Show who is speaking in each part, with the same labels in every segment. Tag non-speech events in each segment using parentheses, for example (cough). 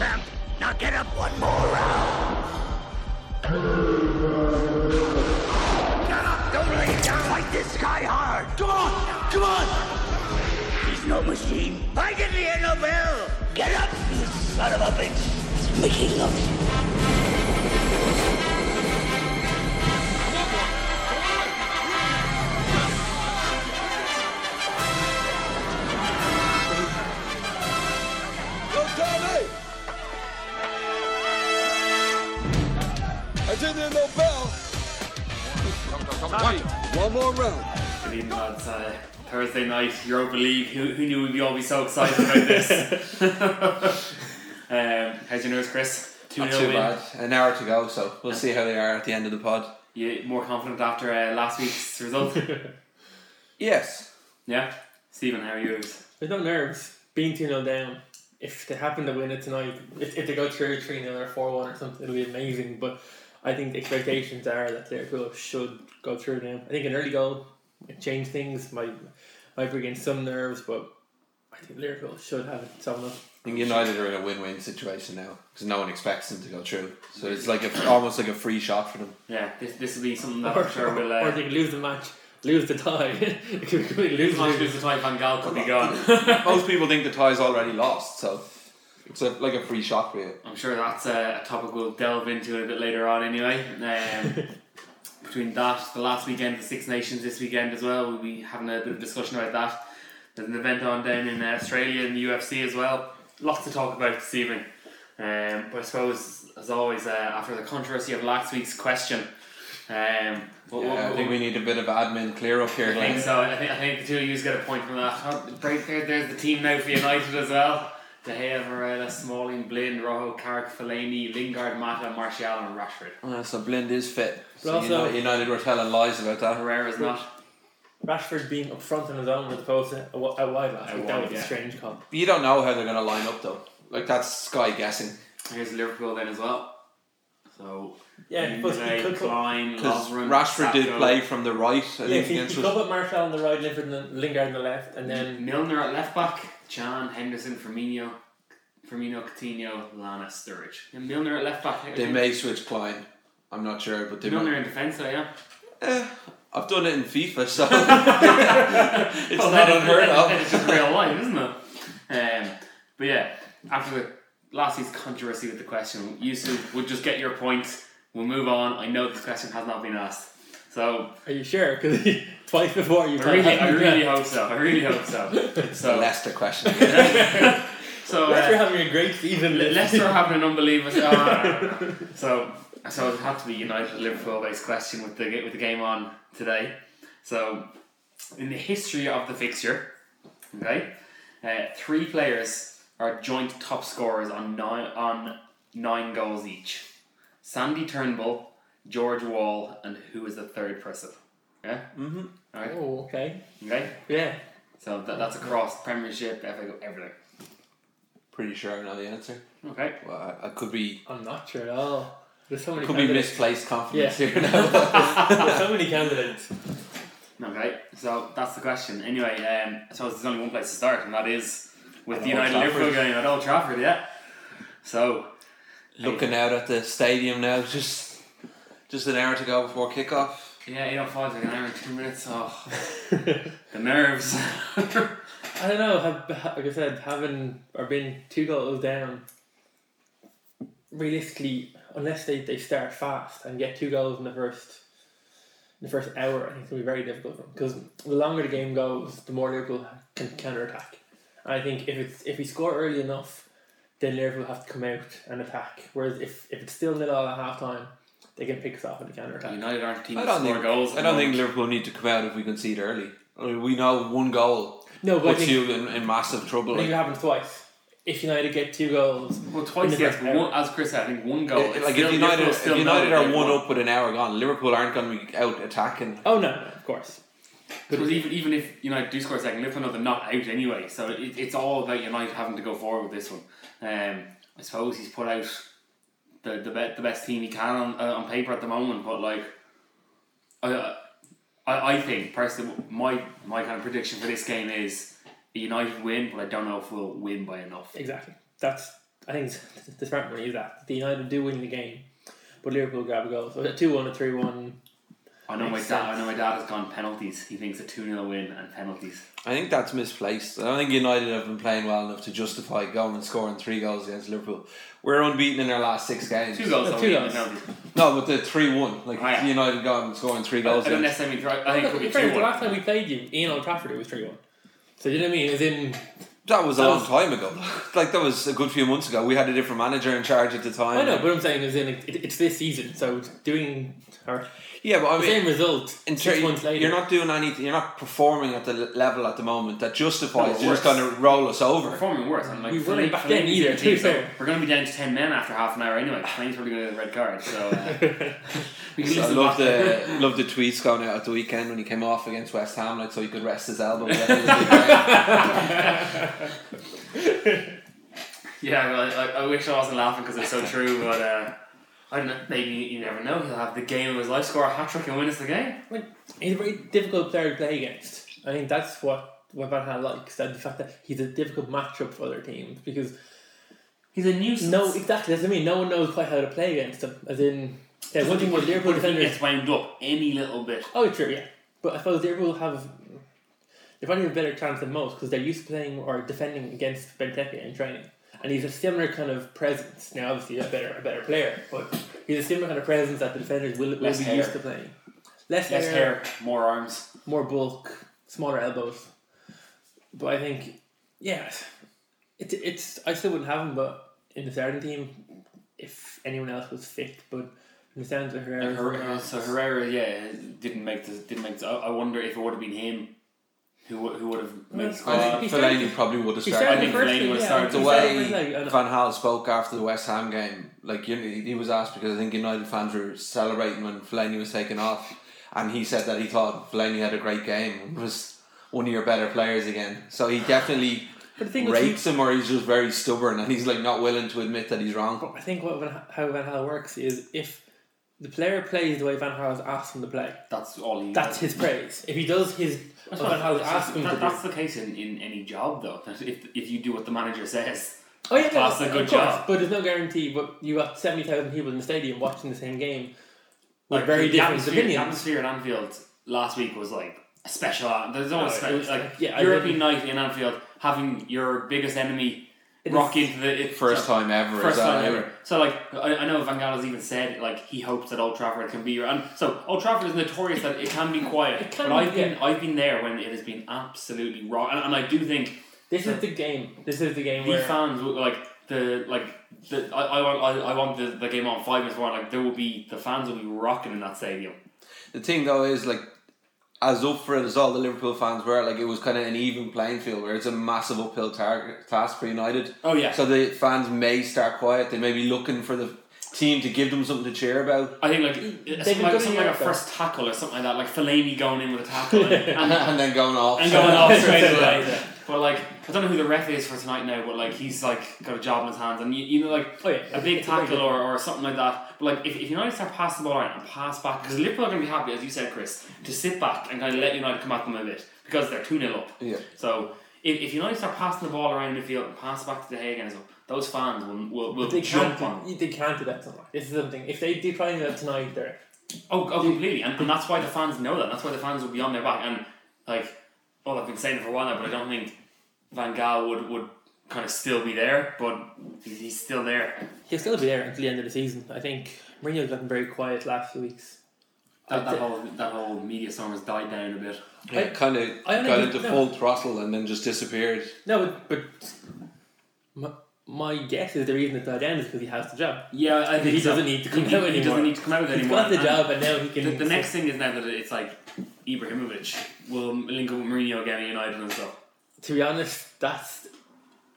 Speaker 1: Now get up one more round. Get up! Don't lay down! Fight this guy hard! Come on! Come on! He's no machine. Fight it, the Nobel! Get up, you son of a bitch! He's making love to you.
Speaker 2: Go, Tommy! I didn't hear no bell. One more round.
Speaker 3: Good evening, lads. Uh, Thursday night, Europa League. Who, who knew we'd be all be so excited about
Speaker 4: (laughs)
Speaker 3: this? (laughs) um, how's your nerves, Chris? 2
Speaker 4: Not
Speaker 3: 0
Speaker 4: too
Speaker 3: win.
Speaker 4: bad. An hour to go, so we'll see how they are at the end of the pod.
Speaker 3: You more confident after uh, last week's
Speaker 4: (laughs)
Speaker 3: result?
Speaker 4: Yes.
Speaker 3: yeah. Stephen, how are yours?
Speaker 5: There's no nerves. Being 2 0 down. If they happen to win it tonight, if, if they go through 3 0 or 4 1 or something, it'll be amazing. But I think the expectations are that Liverpool should go through now. I think an early goal might change things, might, might bring in some nerves, but I think Liverpool should have it sewn up.
Speaker 4: I think United are in a win-win situation now because no one expects them to go through. So it's like a, almost like a free shot for them.
Speaker 3: Yeah, this, this will be something that I'm sure will.
Speaker 5: or
Speaker 3: Uh,
Speaker 5: they could lose the match, lose the tie. (laughs) It could be
Speaker 3: Lose
Speaker 5: lose,
Speaker 3: the match,
Speaker 5: lose.
Speaker 3: lose the tie, Van Gaal could be gone.
Speaker 4: (laughs) Most people think the tie's already lost, so it's a, like a free shot for you.
Speaker 3: I'm sure that's a, a topic we'll delve into a bit later on anyway. Um, between that, the last weekend, the Six Nations this weekend as well, we'll be having a bit of discussion about that. There's an event on down in uh, Australia in the UFC as well. Lots to talk about this evening. Um, but I suppose, as always, uh, after the controversy of last week's question, um, what, what-
Speaker 4: Yeah, I
Speaker 3: what-
Speaker 4: think we need a bit of admin clear up here.
Speaker 3: I think
Speaker 4: Like,
Speaker 3: so. I think, I think the two of you get a point from that. Oh, right there, there's the team now for United as well. De Gea, Varela, Smalling, Blin, Rojo, Carrick, Fellaini, Lingard, Mata, Martial, and Rashford.
Speaker 4: Uh, so Blind is fit. So
Speaker 5: But also-
Speaker 4: United, United were telling lies about that.
Speaker 3: Herrera's not.
Speaker 5: Rashford being up front on his own as opposed to uh, a, wi- a wide last
Speaker 3: A
Speaker 5: week. That
Speaker 3: wide,
Speaker 5: was
Speaker 3: yeah.
Speaker 5: a strange call.
Speaker 4: You don't know how they're going to line up though. Like that's Sky guessing.
Speaker 3: Here's Liverpool then as well. So
Speaker 5: Yeah, but he
Speaker 3: Mignolet,
Speaker 5: could put-
Speaker 3: Klein,
Speaker 4: Because
Speaker 3: Lovren,
Speaker 4: Rashford did
Speaker 3: Sacco,
Speaker 4: play from the right, I
Speaker 5: Yeah,
Speaker 4: think,
Speaker 5: he,
Speaker 4: against
Speaker 5: he
Speaker 4: us.
Speaker 5: covered Marshall on the right, Lingard on the, Lingard on the left, and then
Speaker 3: Milner at left back, Chan, Henderson, Firmino, Firmino, Coutinho, Lana, Sturridge. And Milner at left back.
Speaker 4: They may switch Klein. I'm not sure, but they
Speaker 3: Milner
Speaker 4: might.
Speaker 3: in defence, though, yeah.
Speaker 4: I've done it in FIFA,
Speaker 5: (laughs)
Speaker 4: so (laughs) it's not unheard
Speaker 3: It's
Speaker 4: of.
Speaker 3: just real life, isn't it? Um, but yeah, after the last week's controversy with the question, you two would just get your points. We'll move on. I know this question has not been asked, so
Speaker 5: are you sure? Because (laughs) twice before you
Speaker 3: I
Speaker 4: (laughs)
Speaker 5: thought-
Speaker 3: really, I
Speaker 5: (laughs)
Speaker 3: really hope so. I really hope so.
Speaker 4: The
Speaker 3: So,
Speaker 4: Leicester question. (laughs)
Speaker 3: (laughs) so
Speaker 5: Leicester
Speaker 3: uh,
Speaker 5: having a great season.
Speaker 3: Le-
Speaker 5: (laughs)
Speaker 3: Leicester are having an unbelievable. oh, no, no, no. So, so it had to be United Liverpool based question with the ga- with the game on today. So, in the history of the fixture, okay, uh, three players are joint top scorers on nine on nine goals each. Sandy Turnbull, George Wall, and who is the third person? Yeah. Mm-hmm. All right.
Speaker 5: oh, okay.
Speaker 3: Okay.
Speaker 5: Yeah.
Speaker 3: So that, that's across Premiership, FA, Cup, everything.
Speaker 4: Pretty sure I know the answer.
Speaker 3: Okay.
Speaker 4: Well, I, I could be
Speaker 5: I'm not sure at all. There's so many
Speaker 4: could be
Speaker 5: candidates.
Speaker 4: misplaced confidence
Speaker 5: Yeah.
Speaker 4: here now.
Speaker 5: (laughs) There's so many candidates.
Speaker 3: Okay, so that's the question. Anyway, um, I suppose there's only one place to start, and that is with
Speaker 4: At
Speaker 3: the
Speaker 4: Old
Speaker 3: United Liverpool
Speaker 4: Trafford.
Speaker 3: game at Old Trafford, yeah. So,
Speaker 4: Looking out at the stadium now, just just an hour to go before kickoff.
Speaker 3: yeah, 805 like an hour and two minutes. Oh, (laughs)
Speaker 5: (laughs)
Speaker 3: the nerves.
Speaker 5: I don't know. Have, ha- like I said, having or being two goals down, realistically, unless they, they start fast and get two goals in the first in the first hour, I think it's gonna be very difficult for them. Because the longer the game goes, the more Liverpool can counter attack. And I think if it's if we score early enough, then Liverpool have to come out and attack. Whereas if, if it's still nil all at half time, they can pick us off with a counter
Speaker 3: (laughs)
Speaker 5: attack.
Speaker 3: United aren't a team
Speaker 4: I
Speaker 3: that
Speaker 4: don't
Speaker 3: score
Speaker 4: think
Speaker 3: goals.
Speaker 4: I don't think Liverpool need to come out if we concede early. I mean, We know one goal
Speaker 5: No, but I
Speaker 4: puts
Speaker 5: think,
Speaker 4: you in, in massive trouble.
Speaker 5: I think it
Speaker 4: Like,
Speaker 5: happens twice. If United get two goals,
Speaker 3: Well, twice,
Speaker 5: in the
Speaker 3: yes,
Speaker 5: first
Speaker 3: but one,
Speaker 5: hour.
Speaker 3: as Chris said, I think one goal.
Speaker 4: like
Speaker 3: it's
Speaker 4: if
Speaker 3: still-
Speaker 4: United
Speaker 3: Liverpool
Speaker 4: if
Speaker 3: still
Speaker 4: United
Speaker 3: know that
Speaker 4: are
Speaker 3: they've
Speaker 4: one
Speaker 3: won.
Speaker 4: up with an hour gone, Liverpool aren't going to be out attacking.
Speaker 5: Oh no, no, of course.
Speaker 3: Because even, even if United do score a second, Liverpool know they're not out anyway. So it, it's all about United having to go forward with this one. Um, I suppose he's put out the the, be- the best team he can on, uh, on paper at the moment, but like, I, I I think personally my my kind of prediction for this game is a United win, but I don't know if we'll win by enough.
Speaker 5: Exactly. That's I think it's- (laughs) the smart money is that the United do win the game, but Liverpool grab a goal. So a two one, a three one.
Speaker 3: I know my
Speaker 5: Makes
Speaker 3: dad. I
Speaker 5: sense.
Speaker 3: know my dad has gone penalties. He thinks a two 0 win and penalties.
Speaker 4: I think that's misplaced. I don't think United have been playing well enough to justify going and scoring three goals against Liverpool. We're unbeaten in our last six games.
Speaker 3: Two goals.
Speaker 5: Two
Speaker 3: only and
Speaker 5: goals.
Speaker 3: penalties.
Speaker 4: No, but the three one, like
Speaker 3: Oh, yeah.
Speaker 4: United gone and scoring three
Speaker 3: I
Speaker 4: goals.
Speaker 3: don't
Speaker 4: against-
Speaker 3: necessarily mean. right, I think it could be
Speaker 5: The
Speaker 3: two one.
Speaker 5: last time we played you in Old Trafford, it was three one. So you know what I mean? As in,
Speaker 4: That was a
Speaker 5: That
Speaker 4: long
Speaker 5: was-
Speaker 4: time ago. (laughs) Like that was a good few months ago. We had a different manager in charge at the time.
Speaker 5: I know, but I'm saying as in it, it's this season. So doing or
Speaker 4: yeah, but I
Speaker 5: the
Speaker 4: mean,
Speaker 5: same result
Speaker 4: in
Speaker 5: six
Speaker 4: ter-
Speaker 5: months later.
Speaker 4: you're not doing anything. You're not performing at the l- level at the moment that justifies.
Speaker 3: No,
Speaker 4: you're just
Speaker 3: worse.
Speaker 4: going to roll us over.
Speaker 3: Performing worse. I'm like
Speaker 5: We weren't
Speaker 3: Philippe-
Speaker 5: back then
Speaker 3: Philippe's
Speaker 5: either,
Speaker 3: gonna
Speaker 5: to
Speaker 3: take
Speaker 5: be
Speaker 3: so
Speaker 5: fair.
Speaker 3: We're going to be down to ten men after half an hour anyway. Plane's probably going to get a red card. So (laughs) uh, we can
Speaker 4: So I
Speaker 3: lose
Speaker 4: love
Speaker 3: back.
Speaker 4: the
Speaker 3: (laughs)
Speaker 4: love the tweets going out at the weekend when he came off against West Ham, like so he could rest his
Speaker 3: (laughs)
Speaker 4: elbow. yeah,
Speaker 3: Yeah, well, I, I wish I wasn't laughing because it's so true, but uh, I don't know. Maybe you never know. He'll have the game of his life, score a hat trick, and win us the game.
Speaker 5: Like, (laughs) he's a very difficult player to play against. I think that's what what Van Gaal likes. That the fact that he's a difficult matchup for other teams because
Speaker 3: He's a nuisance.
Speaker 5: no, exactly. That's what I mean. No one knows quite how to play against him. As in, yeah, one thing with Liverpool
Speaker 3: But if he
Speaker 5: defenders.
Speaker 3: gets wound up any little bit,
Speaker 5: Oh, true, yeah. But I suppose Liverpool have they probably have a better chance than most because they're used to playing or defending against Benteke in training, and he's a similar kind of presence. Now, obviously, a better a better player, but he's a similar kind of presence that the defenders will, will
Speaker 3: Less
Speaker 5: be
Speaker 3: hair.
Speaker 5: used to playing. Less,
Speaker 3: less
Speaker 5: hair,
Speaker 3: hair, more arms.
Speaker 5: more bulk, smaller elbows. But I think, yeah, it's it's. I still wouldn't have him, but in the starting team, if anyone else was fit, but it sounds like Herrera.
Speaker 3: Herrera, uh, so Herrera, yeah, didn't make the didn't make. The, I, I wonder if it would have been him, who would- who would have made the
Speaker 5: I
Speaker 3: squad.
Speaker 5: think
Speaker 4: uh,
Speaker 5: he
Speaker 4: Fellaini
Speaker 5: started-
Speaker 4: probably would have
Speaker 5: He
Speaker 4: started.
Speaker 5: started
Speaker 3: I think
Speaker 5: first
Speaker 3: Fellaini
Speaker 5: game,
Speaker 3: would
Speaker 5: yeah,
Speaker 3: start-
Speaker 5: he
Speaker 4: the
Speaker 5: started
Speaker 4: way
Speaker 5: first leg, and-
Speaker 4: Van Hal spoke after the West Ham game, like you he was asked because I think United fans were celebrating when Fellaini was taken off, and he said that he thought Fellaini had a great game and was one of your better players again. So he definitely
Speaker 5: But the thing is,
Speaker 4: rates him, or he's just very stubborn and he's like not willing to admit that he's wrong.
Speaker 5: I think what Van, how Van Hal works is if the player plays the way Van Hal has asked him to play,
Speaker 3: That's all he.
Speaker 5: that's his praise. If he does his what Van Hal has asked him to
Speaker 3: That-
Speaker 5: do,
Speaker 3: that's the case in, in any job though. That If, if you do what the manager says,
Speaker 5: oh yeah, no,
Speaker 3: that's a
Speaker 5: of
Speaker 3: good
Speaker 5: course,
Speaker 3: job.
Speaker 5: But there's no guarantee. But you got seventy thousand people in the stadium watching the same game with
Speaker 3: like
Speaker 5: very
Speaker 3: the
Speaker 5: different
Speaker 3: atmosphere, The
Speaker 5: opinions.
Speaker 3: atmosphere in Anfield last week was like a special. uh, There's always
Speaker 5: No, it
Speaker 3: spe-
Speaker 5: was
Speaker 3: like
Speaker 5: like- yeah, I
Speaker 3: European
Speaker 5: mean-
Speaker 3: night in Anfield, having your biggest enemy
Speaker 5: It
Speaker 3: rock
Speaker 5: is-
Speaker 3: into the it,
Speaker 4: First
Speaker 3: so-
Speaker 4: time ever.
Speaker 3: First
Speaker 4: is that
Speaker 3: time
Speaker 4: right?
Speaker 3: ever. So like I, I know Van Gaal has even said like he hopes that Old Trafford can be your and so Old Trafford is notorious that it can be quiet.
Speaker 5: (laughs) It can
Speaker 3: but
Speaker 5: be,
Speaker 3: I've been I've been there when it has been absolutely wrong, and, and I do think
Speaker 5: This is the game. This is the game
Speaker 3: the
Speaker 5: where
Speaker 3: fans will, like the like the I, I want I, I want the, the game on five minutes more. Like there will be the fans will be rocking in that stadium.
Speaker 4: The thing though is like as up for it as all the Liverpool fans were, like it was kind of an even playing field where it's a massive uphill target task for United.
Speaker 3: Oh, yeah.
Speaker 4: So the fans may start quiet. They may be looking for the team to give them something to cheer about,
Speaker 3: (laughs) I think like
Speaker 5: They've
Speaker 3: something
Speaker 5: been
Speaker 3: like,
Speaker 5: good
Speaker 3: something
Speaker 5: in
Speaker 3: like a
Speaker 5: Europe, though.
Speaker 3: first tackle or something like that, like Fellaini going in with a
Speaker 5: (laughs)
Speaker 3: tackle and, and,
Speaker 4: and then going off.
Speaker 3: and
Speaker 4: (laughs)
Speaker 3: going off straight
Speaker 5: Straight
Speaker 3: away.
Speaker 5: away.
Speaker 3: But like I don't know who the ref is for tonight now, but like he's like got a job in his hands, and you, you know like
Speaker 5: Oh, yeah.
Speaker 3: a big tackle or, or something like that. But like if, if United start passing the ball around and pass back, because Liverpool are going to be happy, as you said, Chris, to sit back and kind of let United come at them a bit because they're two 0 up.
Speaker 4: Yeah.
Speaker 3: So if, if United start passing the ball around the field and pass back to the Hague and so those fans will will, will
Speaker 5: But they
Speaker 3: jump
Speaker 5: can't.
Speaker 3: on.
Speaker 5: do- They can't do that tonight. This is something. If they do try and do that tonight, they're
Speaker 3: Oh, oh completely. And, and that's why the fans know that. That's why the fans will be on their back. And, like, well, I've been saying it for a while now, but I don't think Van Gaal would, would kind of still be there, but he's, he's still there.
Speaker 5: he'll still be there until the end of the season. I think Mourinho's gotten very quiet last few weeks.
Speaker 3: That, that, whole, that whole media storm has died down a bit.
Speaker 4: Yeah, kind of
Speaker 5: I only
Speaker 4: got
Speaker 5: did-
Speaker 4: into
Speaker 5: no.
Speaker 4: full throttle and then just disappeared.
Speaker 5: No, but, but my, my guess is the reason it's not down is because he has the job.
Speaker 3: Yeah, I
Speaker 5: think He so. doesn't need to come
Speaker 3: he,
Speaker 5: out
Speaker 3: He
Speaker 5: anymore.
Speaker 3: doesn't need to come out
Speaker 5: He's
Speaker 3: anymore.
Speaker 5: got the
Speaker 3: And
Speaker 5: job, and now he can.
Speaker 3: The, the next thing is now that it's like Ibrahimovic will link up with Mourinho again at United and stuff.
Speaker 5: To be honest, that's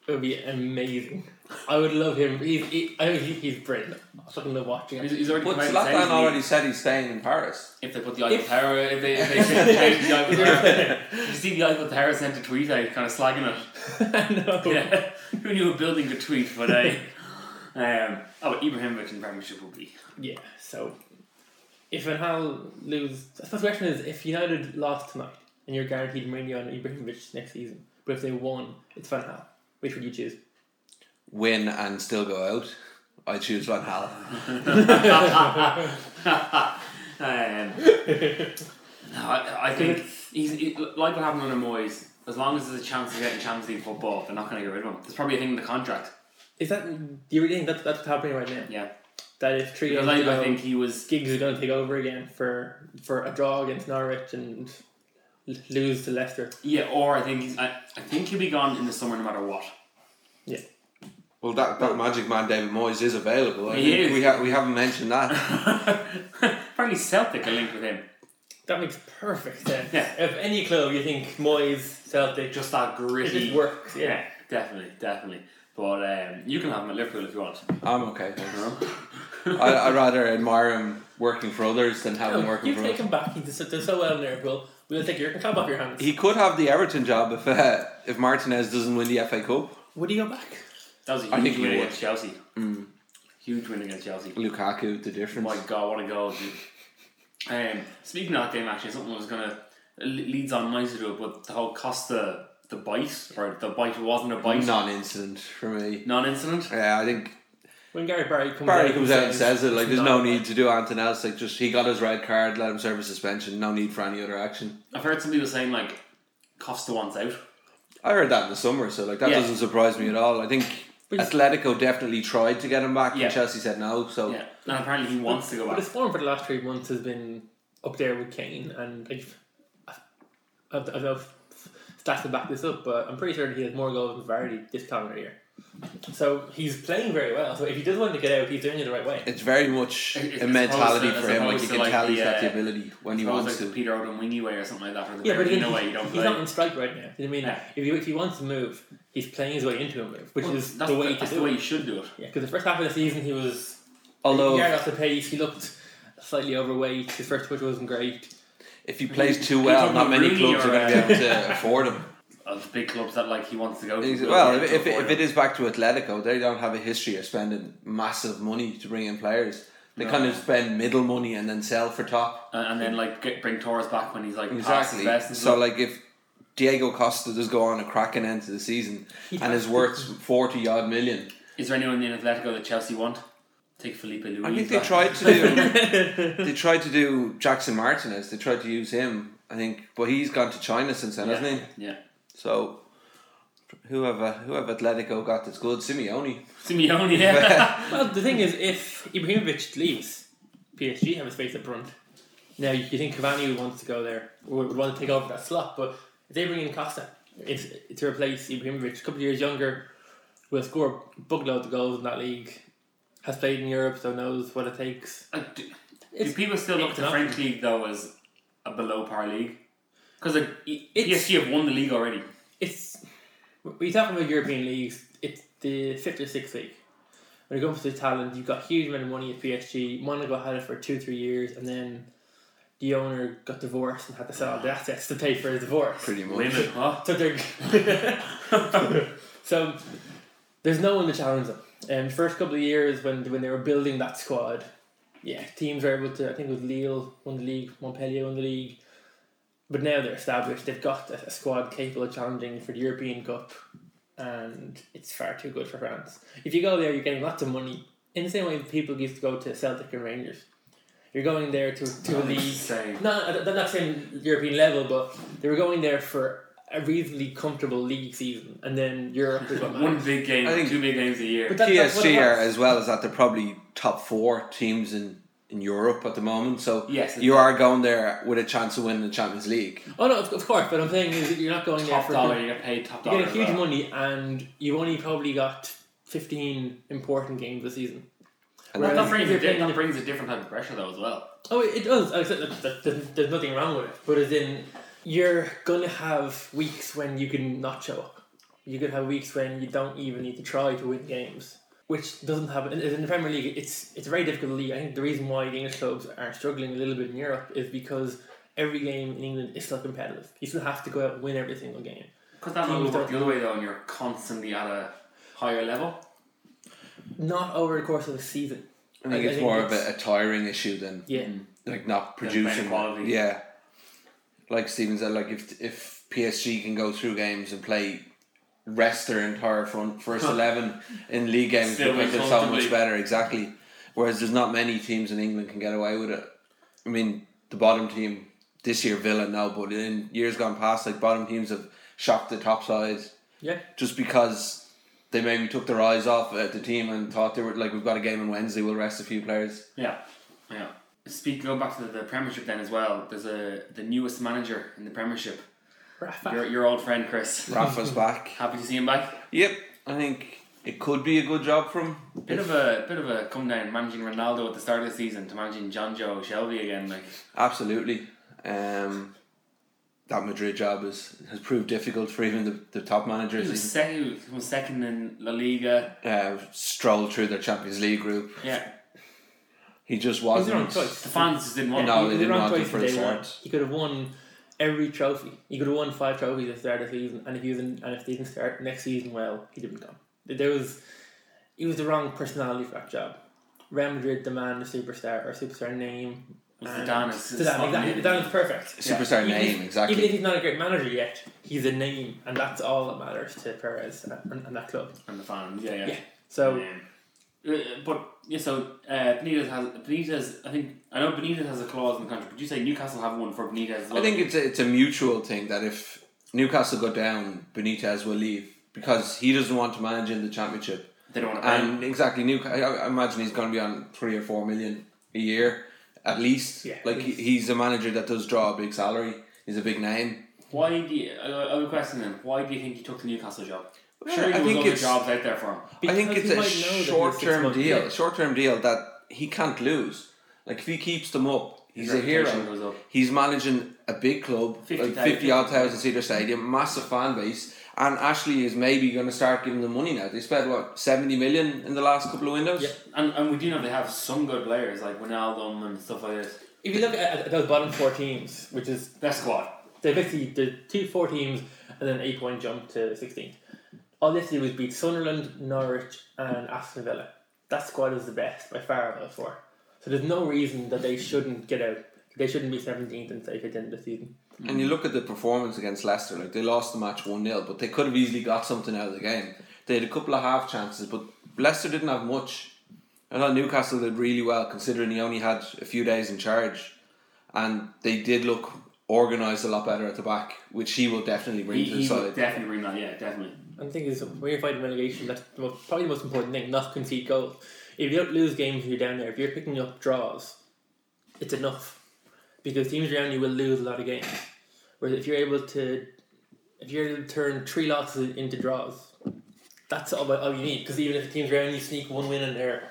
Speaker 5: it would be amazing. I would love him. He's he, I mean, he, he's brilliant. I fucking love watching
Speaker 3: He's,
Speaker 5: him. (laughs)
Speaker 3: he's already
Speaker 4: But
Speaker 3: come out and said
Speaker 4: Zlatan
Speaker 3: he's-
Speaker 4: already said he's staying in Paris.
Speaker 3: If they put the Eiffel
Speaker 5: If-
Speaker 3: Tower, if they,
Speaker 4: (laughs)
Speaker 3: if they change the Eiffel Tower, Did you see the Eiffel Tower sent a tweet out, kind of slagging it.
Speaker 5: no.
Speaker 3: Yeah, (laughs) who knew a building could tweet? But I, um, oh, Ibrahimovic in Premiership will be. (laughs)
Speaker 5: Yeah, So if Van Hal lose, I suppose the question is if United lost tonight and you're guaranteed Mourinho and Ibrahimovic next season, but if they won, it's Van Hal. Which would you choose?
Speaker 4: win and still go out, I choose Van Hal.
Speaker 3: Um, no, I, I think he's he- like what happened with Moyes. As long as there's a chance of getting Champions League football, they're not going to get rid of him. There's probably a thing in the contract.
Speaker 5: Is that do you really think that that's what's happening right now?
Speaker 3: Yeah,
Speaker 5: That if three
Speaker 3: because
Speaker 5: games
Speaker 3: I,
Speaker 5: ago,
Speaker 3: I think he was.
Speaker 5: Giggs is going to take over again for for a draw against Norwich and l- lose to Leicester.
Speaker 3: Yeah, or I think he's. I, I think he'll be gone in the summer no matter what. (laughs)
Speaker 5: Yeah,
Speaker 4: Well, that, that magic man David Moyes is available. I
Speaker 3: He
Speaker 4: think
Speaker 3: is.
Speaker 4: We, ha- we haven't mentioned that.
Speaker 3: Apparently Celtic are linked with him.
Speaker 5: that makes (laughs) perfect sense.
Speaker 3: Yeah.
Speaker 5: If any club you think Moyes Celtic,
Speaker 3: Just that
Speaker 5: it
Speaker 3: gritty.
Speaker 5: just works. Yeah.
Speaker 3: Yeah, definitely, definitely. But um, you can have him at Liverpool if you want.
Speaker 4: (laughs) I'm okay. thanks. I, I'd rather admire him working for others than
Speaker 3: Oh,
Speaker 4: have him
Speaker 5: No,
Speaker 4: working
Speaker 5: you
Speaker 4: for
Speaker 5: take
Speaker 4: us.
Speaker 5: him back. He does, does so well in Liverpool. We'll take your club off your hands.
Speaker 4: He could have the Everton job if uh, if Martinez doesn't win the FA Cup.
Speaker 5: Would he go back?
Speaker 3: That was a
Speaker 4: I think Mm.
Speaker 3: huge
Speaker 4: he
Speaker 3: win
Speaker 4: would.
Speaker 3: against Chelsea. Huge win against Chelsea.
Speaker 4: Lukaku, the difference.
Speaker 3: My God, what a goal! Dude. Um, speaking of that game, actually, something was gonna it le- leads on nicely to it, but the whole Costa the bite or the bite wasn't a bite,
Speaker 4: Non-incident for me.
Speaker 3: non-incident.
Speaker 4: Yeah, I think
Speaker 5: When Gary Barry comes
Speaker 4: Barry
Speaker 5: out
Speaker 4: comes out and says it. Like, there's no
Speaker 5: not-
Speaker 4: need to do anything else. Like, just he got his red card, let him serve a suspension. No need for any other action.
Speaker 3: I've heard somebody was saying like Costa wants out.
Speaker 4: I heard that in the summer, so like that
Speaker 3: Yeah.
Speaker 4: doesn't surprise me at all. I think
Speaker 5: But it's-
Speaker 4: Atletico definitely tried to get him back,
Speaker 3: Yeah.
Speaker 4: and Chelsea said no. So
Speaker 3: Yeah, and apparently he wants to go
Speaker 5: But
Speaker 3: back.
Speaker 5: his form for the last three months has been up there with Kane, and like, I don't know if stats to back this up, but I'm pretty sure he has more goals than Vardy this calendar year. So he's playing very well. So if he does want to get out, he's doing it the right way.
Speaker 4: it's very much
Speaker 3: As- as
Speaker 4: a
Speaker 3: opposed
Speaker 4: mentality
Speaker 3: to- as
Speaker 4: for him. Like
Speaker 3: opposed
Speaker 4: you
Speaker 3: to,
Speaker 4: can
Speaker 3: like,
Speaker 4: tell he's
Speaker 3: the,
Speaker 4: got the
Speaker 3: uh,
Speaker 4: ability when he
Speaker 3: That was
Speaker 4: wants
Speaker 3: like
Speaker 4: to.
Speaker 3: the Peter Odom way or something like that, or the
Speaker 5: Yeah, but he,
Speaker 3: Bergino way you don't
Speaker 5: he's
Speaker 3: play.
Speaker 5: not in strike right now. You know what I mean?
Speaker 3: Yeah.
Speaker 5: If, he, if he wants to move, he's playing his way into a move, which
Speaker 3: Well,
Speaker 5: is
Speaker 3: that's
Speaker 5: the way
Speaker 3: that's
Speaker 5: to
Speaker 3: the
Speaker 5: do
Speaker 3: way
Speaker 5: it.
Speaker 3: you should do it.
Speaker 5: Yeah, because the first half of the season he was
Speaker 4: Although
Speaker 5: yard off the pace. He looked slightly overweight. His first touch wasn't great. (laughs)
Speaker 4: if he plays too
Speaker 3: You're
Speaker 4: well,
Speaker 3: talking
Speaker 4: not many
Speaker 3: Rooney
Speaker 4: clubs
Speaker 3: or,
Speaker 4: are going to
Speaker 3: uh,
Speaker 4: be able to (laughs) afford him.
Speaker 3: Of big clubs that like he wants to go. to.
Speaker 4: Ex- Well, if, if, if it is back to Atletico, they don't have a history of spending massive money to bring in players. They kind of spend middle money and then sell for top.
Speaker 3: Uh, and, and then like get, bring Torres back when he's like past his
Speaker 4: Exactly.
Speaker 3: best and
Speaker 4: So,
Speaker 3: stuff.
Speaker 4: like, if Diego Costa does go on a cracking end to the
Speaker 3: (laughs)
Speaker 4: season and is worth 40 odd million,
Speaker 3: Is there anyone in Atletico that Chelsea want? Take Felipe Luis.
Speaker 4: I think they
Speaker 3: back.
Speaker 4: tried to do. (laughs) they tried to do Jackson Martinez. They tried to use him. I think, but he's gone to China since then,
Speaker 3: yeah.
Speaker 4: hasn't he?
Speaker 3: Yeah.
Speaker 4: So, whoever whoever Atletico got that's good, Simeone.
Speaker 3: Simeone,
Speaker 4: (laughs)
Speaker 3: (laughs) yeah.
Speaker 5: Well, the thing is, if Ibrahimovic leaves, PSG have a space up front. Now, you think Cavani wants to go there, would would want to take over that slot, but if they bring in Costa it's, to replace Ibrahimovic, a couple of years younger, will score bugloads of goals in that league, has played in Europe, so knows what it takes.
Speaker 3: Like, Uh, do, do
Speaker 5: It's-
Speaker 3: people still look at
Speaker 5: it's
Speaker 3: the
Speaker 5: an
Speaker 3: French league though as a below par league? Because like, E-
Speaker 5: It's-
Speaker 3: PSG have won the league already.
Speaker 5: It's we're talking about European leagues. It's the fifth or sixth league. When it comes to talent, you've got huge amount of money at PSG. Monaco had it for two, three years, and then the owner got divorced and had to sell the assets to pay for his divorce.
Speaker 4: Pretty much.
Speaker 3: Women, huh?
Speaker 5: So they're (laughs) so there's no one to challenge them. And first couple of years when when they were building that squad, yeah, teams were able to. I think it was Lille won the league, Montpellier won the league, but now they're established. They've got a, a squad capable of challenging for the European Cup, and it's far too good for France. If you go there, you're getting lots of money. In the same way people used to go to Celtic and Rangers. You're going there to, to a league
Speaker 3: Insane.
Speaker 5: no, I- I'm not saying European level, but they were going there for a reasonably comfortable league season, and then Europe is what
Speaker 3: One
Speaker 5: matters.
Speaker 3: big game,
Speaker 4: I think-
Speaker 3: two big games a year.
Speaker 5: But that- that's what it
Speaker 4: PSG are
Speaker 5: was.
Speaker 4: as well as that they're probably top four teams in, in Europe at the moment. So
Speaker 3: Yes,
Speaker 4: you are going there with a chance of winning the Champions League.
Speaker 5: Oh no, of, of course, but I'm saying is that you're not going
Speaker 3: top
Speaker 5: there
Speaker 3: dollar,
Speaker 5: for
Speaker 3: you get paid top
Speaker 5: you
Speaker 3: dollar.
Speaker 5: get a
Speaker 3: as
Speaker 5: huge
Speaker 3: well.
Speaker 5: money, and you only probably got fifteen important games this season.
Speaker 4: And
Speaker 5: Well,
Speaker 4: then-
Speaker 3: That brings, a,
Speaker 5: If you're
Speaker 3: di-
Speaker 5: paying-
Speaker 3: that brings a different type of pressure though as well.
Speaker 5: Oh, it it does. I said that, that, that, there's nothing wrong with it, but as in you're gonna have weeks when you can not show up. You could have weeks when you don't even need to try to win games, which doesn't happen in, in the Premier League. It's it's a very difficult league. I think the reason why the English clubs are struggling a little bit in Europe is because every game in England is still competitive. You still have to go out and win every single game.
Speaker 3: Because that will
Speaker 5: Teams
Speaker 3: work
Speaker 5: don't-
Speaker 3: the other way though, and you're constantly at a higher level.
Speaker 5: Not over the course of a season.
Speaker 4: I think
Speaker 5: I- I
Speaker 4: it's
Speaker 5: think
Speaker 4: more
Speaker 5: it's-
Speaker 4: of a, a tiring issue than
Speaker 5: Yeah.
Speaker 4: like not
Speaker 3: Than playing
Speaker 4: producing.
Speaker 3: quality.
Speaker 4: Yeah, like Steven said, like if if PSG can go through games and play rest their entire front first eleven in league games
Speaker 3: Still
Speaker 4: because
Speaker 3: win
Speaker 4: they're so
Speaker 3: comfortably.
Speaker 4: much better. Exactly. Whereas there's not many teams in England can get away with it. I mean, the bottom team this year, Villa, no, but in years gone past, like bottom teams have shocked the top sides
Speaker 5: Yeah.
Speaker 4: just because they maybe took their eyes off uh, the team and thought they were like, we've got a game on Wednesday, we'll rest a few
Speaker 3: (laughs)
Speaker 4: players.
Speaker 3: Yeah, yeah. Speak. Go back to the, the Premiership then as well. There's a the newest manager in the Premiership. Your,
Speaker 5: Rafa.
Speaker 3: your old friend Chris.
Speaker 4: Rafa's back.
Speaker 3: Happy to see him back.
Speaker 4: Yep, I think it could be a good job for him.
Speaker 3: Bit of a bit of a come down managing Ronaldo at the start of the season to managing John Joe Shelby again. Like
Speaker 4: Absolutely. Um, that Madrid job is, has proved difficult for even the, the top
Speaker 3: he was
Speaker 4: managers.
Speaker 3: second, he was second in La Liga.
Speaker 4: Uh, strolled through their Champions League group.
Speaker 3: Yeah,
Speaker 4: He just
Speaker 5: He's
Speaker 4: wasn't.
Speaker 5: wrong choice.
Speaker 3: the fans just didn't want.
Speaker 4: No,
Speaker 5: he
Speaker 4: they
Speaker 5: was
Speaker 4: didn't
Speaker 5: wrong
Speaker 4: want him
Speaker 5: choice
Speaker 4: for
Speaker 5: from
Speaker 4: the
Speaker 5: day one.
Speaker 4: start.
Speaker 5: He could have won every trophy. He could have won five trophies at the start of the season, and if he was in, and if they didn't start next season well, he didn't come. There was, he was the wrong personality for that job. Real Madrid demand a superstar or superstar name.
Speaker 3: Was
Speaker 5: and-
Speaker 3: Zidane is-
Speaker 5: Zidane, exactly. Zidane's perfect.
Speaker 4: Superstar
Speaker 5: Even if-
Speaker 4: name, exactly.
Speaker 5: Even if he's not a great manager yet, he's a name, and that's all that matters to Perez and, and that club.
Speaker 3: and the fans. Yeah, yeah.
Speaker 5: Yeah. So
Speaker 3: Yeah. Uh, but yeah, so uh, Benitez has Benitez. I think I know Benitez has a clause in the contract. But you say Newcastle have one for Benitez. As well.
Speaker 4: I think it's a, it's a mutual thing that if Newcastle go down, Benitez will leave because he doesn't want to manage in the championship.
Speaker 3: they don't want to.
Speaker 4: And
Speaker 5: Um,
Speaker 4: exactly, New. I, I imagine he's going to be on three or four million a year, at least.
Speaker 5: Yeah,
Speaker 4: like
Speaker 5: at
Speaker 4: he,
Speaker 5: least.
Speaker 4: he's a manager that does draw a big salary. He's a big name.
Speaker 3: Why do you, I I have a question then? Why do you think he took the Newcastle job?
Speaker 4: Well,
Speaker 3: Surely
Speaker 4: I
Speaker 3: there was
Speaker 4: think
Speaker 3: other
Speaker 4: it's-
Speaker 3: jobs out there for him.
Speaker 4: I think
Speaker 5: Because
Speaker 4: it's
Speaker 5: he
Speaker 4: a
Speaker 5: might know that he's
Speaker 4: short-term
Speaker 5: six months
Speaker 4: deal.
Speaker 5: in.
Speaker 4: Short-term deal that he can't lose. Like if he keeps them up, he's
Speaker 3: His
Speaker 4: a
Speaker 3: reputation goes
Speaker 4: hero.
Speaker 3: up.
Speaker 4: He's managing a big club,
Speaker 3: 50,000.
Speaker 4: like fifty odd thousand seater stadium, massive fan base, and Ashley is maybe going to start giving them money now. They spent what seventy million in the last couple of windows.
Speaker 5: Yeah.
Speaker 3: And, and we do know they have some good players like Wijnaldum and stuff like this.
Speaker 5: if you look at, at those bottom four teams, which is
Speaker 3: Their squad.
Speaker 5: They basically did two four teams and then eight point jump to sixteenth. All they had to do was beat Sunderland, Norwich, and Aston Villa. That squad is the best by far of those four. So there's no reason that they shouldn't get out. They shouldn't be seventeenth and safe at the end of the season.
Speaker 4: And
Speaker 3: Mm.
Speaker 4: you look at the performance against Leicester, like they lost the match 1 0, but they could have easily got something out of the game. They had a couple of half chances, but Leicester didn't have much. I thought Newcastle did really well considering he only had a few days in charge, and they did look organised a lot better at the back, which he will definitely bring
Speaker 3: He,
Speaker 4: to the
Speaker 3: he would
Speaker 4: side.
Speaker 3: definitely bring that, yeah, definitely.
Speaker 5: And the thing is, when you're fighting relegation, that's the most, probably the most important thing. Not concede goals. If you don't lose games, you're down there. If you're picking up draws, it's enough because teams around you will lose a lot of games. Whereas if you're able to, if you're able to turn three losses into draws, that's all, about all you need. Because even if the teams around you sneak one win in there,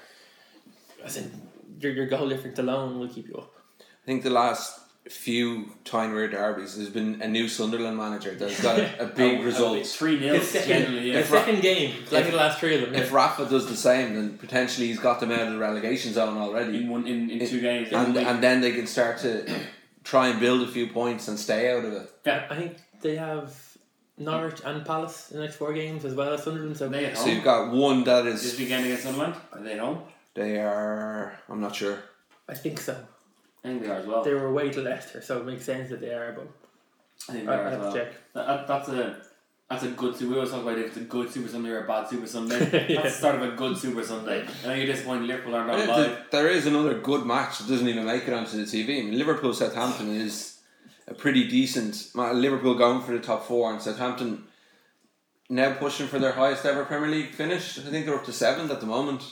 Speaker 5: I think your your goal difference alone will keep you up.
Speaker 4: I think the last few Tyne Rear derbies, there's been a new Sunderland manager that's
Speaker 3: (laughs)
Speaker 4: got a, a big result.
Speaker 3: 3 0
Speaker 5: His second,
Speaker 3: generally, yeah.
Speaker 5: his second game, like the last three of them.
Speaker 4: If Rafa does the same, then potentially he's got them out of the relegation zone already.
Speaker 3: In, one, in, in two games.
Speaker 4: and
Speaker 3: yeah.
Speaker 4: and then they can start to try and build a few points and stay out of it.
Speaker 5: Yeah, I think they have Norwich and Palace in the next four games as well as Sunderland. So
Speaker 3: Are they at
Speaker 4: So you've
Speaker 3: home?
Speaker 4: got one that
Speaker 3: This
Speaker 4: is
Speaker 3: weekend against Sunderland? Are they at home?
Speaker 4: they are. I'm not sure.
Speaker 5: I think so.
Speaker 3: I think they are as well.
Speaker 5: They were away to Leicester, so it makes sense that they are. But
Speaker 3: I think they
Speaker 5: I,
Speaker 3: are
Speaker 5: I
Speaker 3: as
Speaker 5: have to
Speaker 3: well.
Speaker 5: check.
Speaker 3: That, that, that's a that's a good super. We always talk about if it's a good Super Sunday or a bad Super Sunday. That's the start of a good Super Sunday. I know you're disappointed Liverpool are not
Speaker 4: There-
Speaker 3: live.
Speaker 4: There is another good match that doesn't even make it onto the TV. I mean, Liverpool Southampton is a pretty decent. ma- Liverpool going for the top four, and Southampton now pushing for their highest ever Premier League finish. I think they're up to seventh at the moment.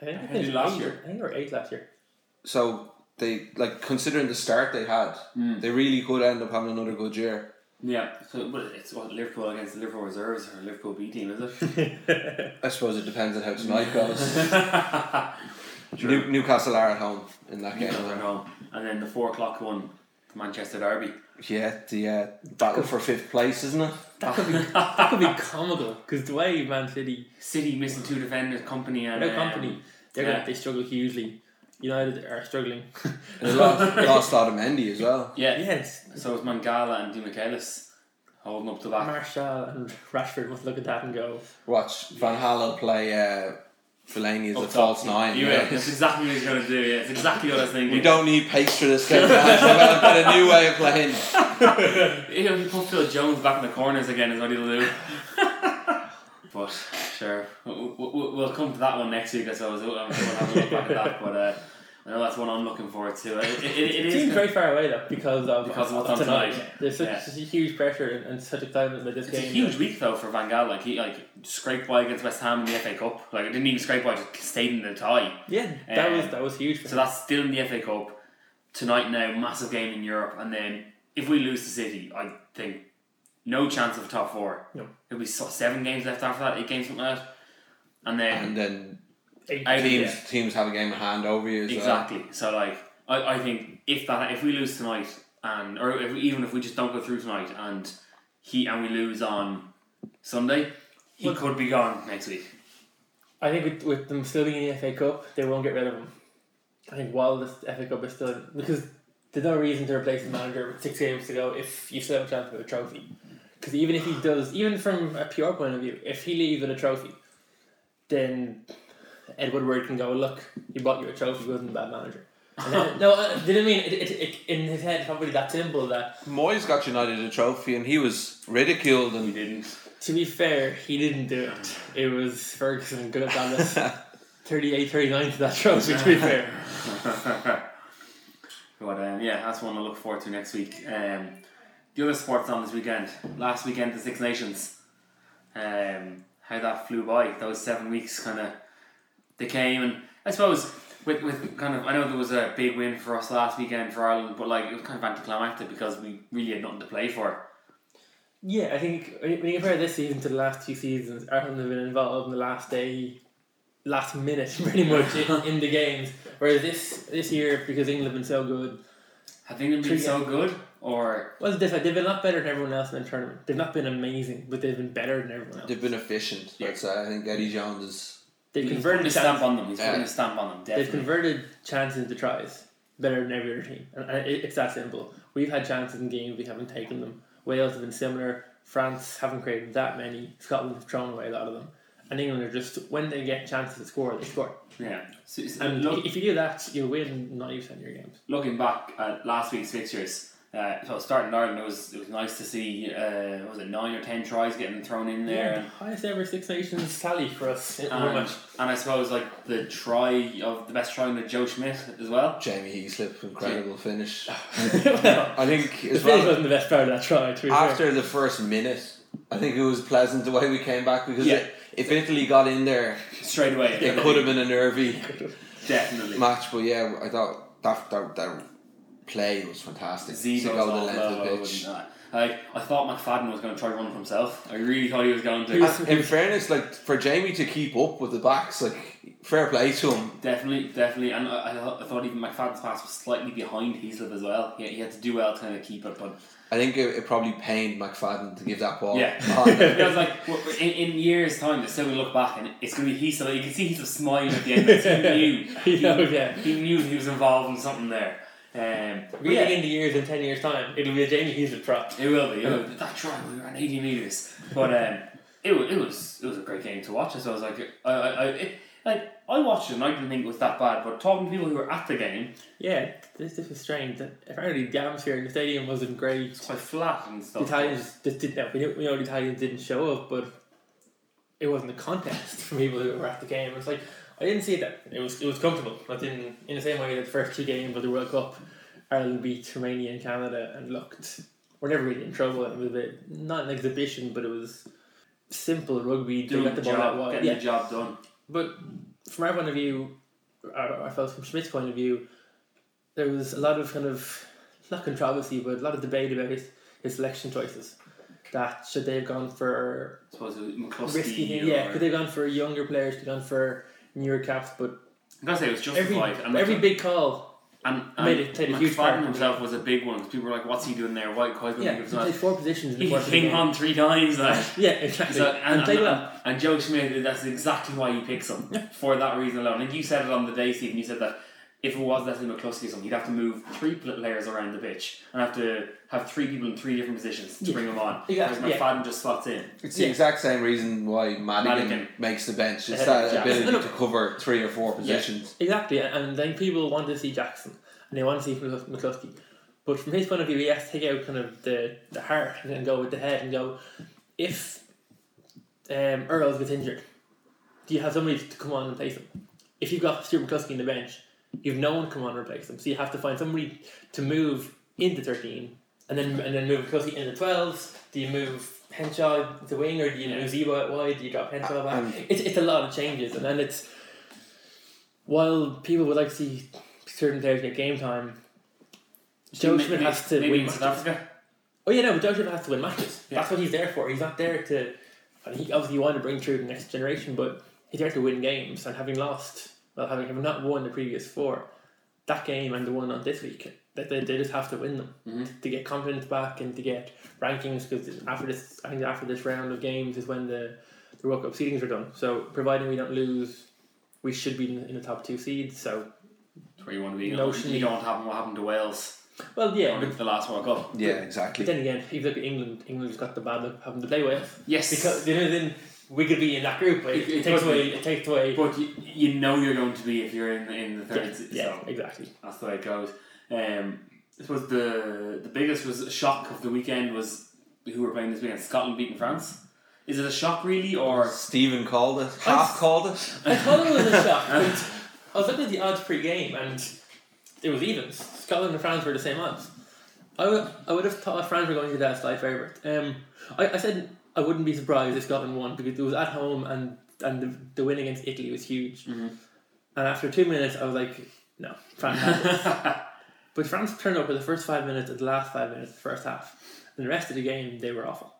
Speaker 5: I think,
Speaker 3: they did last
Speaker 5: eight,
Speaker 3: year.
Speaker 5: I think they were eight
Speaker 3: (laughs)
Speaker 5: last year.
Speaker 4: So they like considering the start they had,
Speaker 3: Hmm.
Speaker 4: they really could end up having another good year.
Speaker 3: Yeah, so but it's what Liverpool against the Liverpool reserves or Liverpool B team, is
Speaker 5: (laughs)
Speaker 3: it? (laughs)
Speaker 4: I suppose it depends on how tonight goes.
Speaker 3: Sure.
Speaker 4: New, Newcastle are at home in that game.
Speaker 3: Newcastle at home. and then the four o'clock one, the Manchester Derby.
Speaker 4: Yeah, the uh, battle for fifth place, isn't
Speaker 3: (laughs)
Speaker 4: it?
Speaker 5: That could be comical because the way Man City,
Speaker 3: City missing two defenders, company and
Speaker 5: their
Speaker 3: um,
Speaker 5: company, they're
Speaker 3: yeah.
Speaker 5: gonna, they struggle hugely. United are struggling.
Speaker 4: They lost, lost Otamendi as well.
Speaker 3: Yeah,
Speaker 5: yes,
Speaker 3: So it's Mangala and Di Michaelis holding up the back.
Speaker 5: Marshall and Rashford must look at that and go,
Speaker 4: Watch Van Halen play uh, Fellaini as
Speaker 3: Up
Speaker 4: a
Speaker 3: top.
Speaker 4: false nine.
Speaker 3: You
Speaker 4: yeah.
Speaker 3: will. That's exactly what he's going to do. Yeah, it's exactly what I was thinking.
Speaker 4: (laughs) We don't need pace for this game, guys. We've got a new way of playing.
Speaker 3: He'll put Phil Jones back in the corners again. Is what he'll do. But sure, we'll, we'll come to that one next week, I suppose. We'll we'll have a look back at that. But uh, I know that's one I'm looking forward to. It, it, it, it
Speaker 5: It
Speaker 3: is
Speaker 5: seems
Speaker 3: gonna-
Speaker 5: very far away though because of
Speaker 3: Because of what's on tonight.
Speaker 5: There's such,
Speaker 3: Yeah.
Speaker 5: such a huge pressure and, and such excitement about this
Speaker 3: It's a
Speaker 5: game.
Speaker 3: huge week though for Van Gaal. Like he like scraped by against West Ham in the FA Cup. Like it didn't even scrape by; just stayed in the tie.
Speaker 5: Yeah, that
Speaker 3: Um,
Speaker 5: was that was huge. For
Speaker 3: So
Speaker 5: him.
Speaker 3: that's still in the FA Cup tonight. Now massive game in Europe, and then if we lose to City, I think no chance of top four.
Speaker 5: No.
Speaker 3: It'll be so- seven games left after that, eight games something like that, and then
Speaker 4: and then
Speaker 5: Eight-
Speaker 3: I think-
Speaker 4: teams
Speaker 5: yeah.
Speaker 4: teams have a game of hand over you. As Well.
Speaker 3: Exactly. So like, I, I think if that if we lose tonight and or if we, even if we just don't go through tonight and he and we lose on Sunday, he
Speaker 5: Well-
Speaker 3: could be gone next week.
Speaker 5: I think with, with them still being in the FA Cup, they won't get rid of him. I think while this FA Cup is still because there's no reason to replace the manager with six games to go if you still have a chance of a trophy. Because even if he does, even from a pure point of view, if he leaves with a trophy, then Ed Woodward can go look. He bought you a trophy, he wasn't a bad manager. And then- no, I didn't mean it, it, it. In his head, probably that simple. That
Speaker 4: Moyes got United a trophy, and he was ridiculed
Speaker 3: We
Speaker 4: and
Speaker 3: didn't.
Speaker 5: to be fair, he didn't do it. It was Ferguson good at that. 38 39 to that trophy, to be fair.
Speaker 3: (laughs) but um, yeah, that's one I look forward to next week. Um, the other sports on this weekend, last weekend the Six Nations. Um, how that flew by those seven weeks, kind of. They came and I suppose with with kind of I know there was a big win for us last weekend for Ireland, but like it was kind of anticlimactic because we really had nothing to play for.
Speaker 5: Yeah, I think when you when you compare this season to the last two seasons, Ireland have been involved in the last day, last minute, (laughs) pretty much in, in the games. Whereas this this year, because England have been so good,
Speaker 3: Have England been so good, or
Speaker 5: what's the difference? They've been a lot better than everyone else in the tournament. They've not been amazing, but they've been better than everyone else.
Speaker 4: they've been efficient. Let's say I think Eddie Jones is
Speaker 5: They've
Speaker 3: he's putting
Speaker 5: converted
Speaker 3: a stamp
Speaker 5: chances,
Speaker 3: on them. He's putting
Speaker 4: Yeah.
Speaker 3: a stamp on them.
Speaker 5: they've
Speaker 3: Definitely.
Speaker 5: converted chances into tries better than every other team, and and it, it's that simple. We've had chances in games, we haven't taken them. Wales have been similar. France haven't created that many. Scotland have thrown away a lot of them. And England are just when they get chances to score, they score.
Speaker 3: Yeah. So, so
Speaker 5: And
Speaker 3: look-
Speaker 5: if you do that, you win 90% of your games.
Speaker 3: looking back at last week's fixtures, uh, so starting in Ireland, it was it was nice to see. Uh, was it nine or ten tries getting thrown in
Speaker 5: Yeah, Um,
Speaker 3: there?
Speaker 5: highest ever Six Nations tally for us. in
Speaker 3: And,
Speaker 5: one
Speaker 3: and,
Speaker 5: match.
Speaker 3: I suppose like the try of the best try with Joe Schmidt as well.
Speaker 4: Jamie Heaslip, incredible
Speaker 3: (laughs)
Speaker 4: finish.
Speaker 5: (laughs) Well,
Speaker 4: I think
Speaker 5: the
Speaker 4: as
Speaker 5: finish
Speaker 4: well
Speaker 5: wasn't the best part of that try, to be fair.
Speaker 4: after the first minute, I think it was pleasant the way we came back because
Speaker 3: Yeah.
Speaker 4: it, if Italy got in there,
Speaker 3: Straight away,
Speaker 4: it could have been a nervy
Speaker 3: definitely.
Speaker 4: match. But yeah, I thought that that, that play was fantastic.
Speaker 3: Zito's
Speaker 4: to go the
Speaker 3: all
Speaker 4: length of
Speaker 3: over
Speaker 4: the
Speaker 3: and
Speaker 4: pitch.
Speaker 3: that. Like I thought McFadden was going to try one for himself. I really thought he was going
Speaker 5: He
Speaker 3: to.
Speaker 5: was-
Speaker 4: And in fairness, like for Jamie to keep up with the backs, like fair play to him.
Speaker 3: Definitely, definitely, and I, I thought- I thought even McFadden's pass was slightly behind Heaslip as well. He, he had to do well to kind of keep it, but
Speaker 4: I think it, it probably pained McFadden to give that ball.
Speaker 3: Yeah.
Speaker 4: on.
Speaker 3: Because like w- w- in, in years' time, they're still gonna look back and it's gonna be he. So you can see he's a smile at the end. Because he knew. He,
Speaker 5: (laughs) Yeah, yeah.
Speaker 3: he knew he was involved in something there. Um, but
Speaker 5: Reading
Speaker 3: yeah,
Speaker 5: into years in 10 years' time, it'll be a Jamie Hughes prop.
Speaker 3: it will be. It will be. That try we were on eighty meters, but um, it, wa- it was it was a great game to watch. So I was like, I, I, I it, like I watched it and I didn't think it was that bad. But talking to people who were at the game,
Speaker 5: Yeah, this, this was strange. That- Apparently, the atmosphere in the stadium wasn't great.
Speaker 3: it's quite flat and
Speaker 5: The
Speaker 3: stuff.
Speaker 5: Italians just didn't know. We, knew, we know the Italians didn't show up, but it wasn't a contest (laughs) for people who were at the game. It was like, I didn't see that. It was it was comfortable. I didn't, in the same way that the first two games of the World Cup, Ireland beat Romania and Canada and looked, we're never really in trouble. It was a bit, not an exhibition, but it was simple rugby. They
Speaker 3: doing
Speaker 5: got
Speaker 3: the
Speaker 5: the ball out
Speaker 3: job,
Speaker 5: wide.
Speaker 3: getting
Speaker 5: Yeah,
Speaker 3: the job done.
Speaker 5: but from our point of view, I I felt from Schmidt's point of view, there was a lot of kind of not controversy, but a lot of debate about his, his selection choices. That should they have gone for
Speaker 3: I suppose it was McCluskey.
Speaker 5: risky thing?
Speaker 3: or-
Speaker 5: Yeah, could they have gone for younger players? Could they have gone for newer caps? But
Speaker 3: I'm gonna say it was
Speaker 5: every
Speaker 3: justified. and
Speaker 5: every
Speaker 3: McClu-
Speaker 5: big call,
Speaker 3: And, and
Speaker 5: Made it- played a huge
Speaker 3: McFadden
Speaker 5: part.
Speaker 3: himself was a big one. 'cause People were like, "What's he doing there? Why Coy's going
Speaker 5: yeah,
Speaker 3: to give
Speaker 5: he played
Speaker 3: us
Speaker 5: four positions. In the
Speaker 3: He
Speaker 5: course of the
Speaker 3: came
Speaker 5: game.
Speaker 3: on three times.
Speaker 5: (laughs)
Speaker 3: Like,
Speaker 5: Yeah, exactly.
Speaker 3: so,
Speaker 5: and,
Speaker 3: and,
Speaker 5: played
Speaker 3: and,
Speaker 5: well.
Speaker 3: and Joe Schmidt, that's exactly why you picks him for that reason alone. And you said it on the day, Stephen. You said that if it was Leslie McCluskey or something, you'd have to move three pl- players around the pitch and have to have three people in three different positions to
Speaker 5: Yeah.
Speaker 3: bring him on.
Speaker 5: Exactly,
Speaker 3: Whereas
Speaker 5: yeah.
Speaker 3: McFadden just slots in.
Speaker 4: (laughs) It's
Speaker 3: (laughs)
Speaker 4: the
Speaker 5: Yeah.
Speaker 4: exact same reason why Madigan,
Speaker 3: Madigan.
Speaker 4: makes the bench. It's
Speaker 3: Ahead of
Speaker 4: that
Speaker 3: Jackson.
Speaker 4: ability
Speaker 5: Look-
Speaker 4: to cover three or four positions.
Speaker 5: Exactly, and- and then people want to see Jackson and they want to see McClus- McCluskey. But from his point of view, he has to take out kind of the, the heart and then go with the head and go, if um, Earls gets injured, do you have somebody to come on and replace him? If you've got Stuart McCluskey in the bench, you've no one come on and replace him. So you have to find somebody to move into thirteen, and then and then move McCluskey into twelves. Do you move Henshaw to wing, or do you move Zebo out wide? Do you drop Henshaw back?
Speaker 4: Um,
Speaker 5: it's it's a lot of changes, and then it's while people would like to see certain players get game time. Joe
Speaker 3: Maybe-
Speaker 5: Schmidt has to
Speaker 3: maybe
Speaker 5: win
Speaker 3: in
Speaker 5: matches.
Speaker 3: South Africa.
Speaker 5: Oh yeah, no, but Joe Schmidt has to win matches.
Speaker 3: Yeah.
Speaker 5: That's what he's there for. He's not there to. And he obviously wanted to bring through the next generation, but he's there to win games. And having lost, well, having, having not won the previous four, that game and the one on this week, that they, they just have to win them to get confidence back and to get rankings. Because after this, I think after this round of games is when the the World Cup seedings are done. So providing we don't lose, we should be in, in the top two seeds. So
Speaker 3: That's where you want to be. You, know,
Speaker 5: Notionally.
Speaker 3: you don't happen what happened to Wales
Speaker 5: well, yeah,
Speaker 3: going
Speaker 5: but
Speaker 3: into the last World Cup.
Speaker 4: Yeah, exactly.
Speaker 5: But then again, if you look at England, England's got the bad luck of having to play with.
Speaker 3: Yes.
Speaker 5: Because you know, then we could be in that group, but
Speaker 3: It-
Speaker 5: it,
Speaker 3: it
Speaker 5: takes
Speaker 3: could be.
Speaker 5: away. It takes away.
Speaker 3: But you, you know you're going to be if you're in in the
Speaker 5: yeah,
Speaker 3: third. so
Speaker 5: yeah, exactly.
Speaker 3: that's the way it goes. Um, I suppose the the biggest was shock of the weekend was who were playing this weekend. Scotland beating France. Is it a shock really or?
Speaker 4: Stephen called it. Half called it.
Speaker 5: (laughs) I thought it was a shock. but I was looking at the odds pre-game, and it was even. Scotland and France were the same odds. I would, I would have thought France were going to be that slight favourite. Um, I, I said I wouldn't be surprised if Scotland won because it was at home and and the, the win against Italy was huge. And after two minutes, I was like, no, France. Has it.
Speaker 3: (laughs)
Speaker 5: But France turned up for the first five minutes and the last five minutes of the first half. And the rest of the game, they were awful.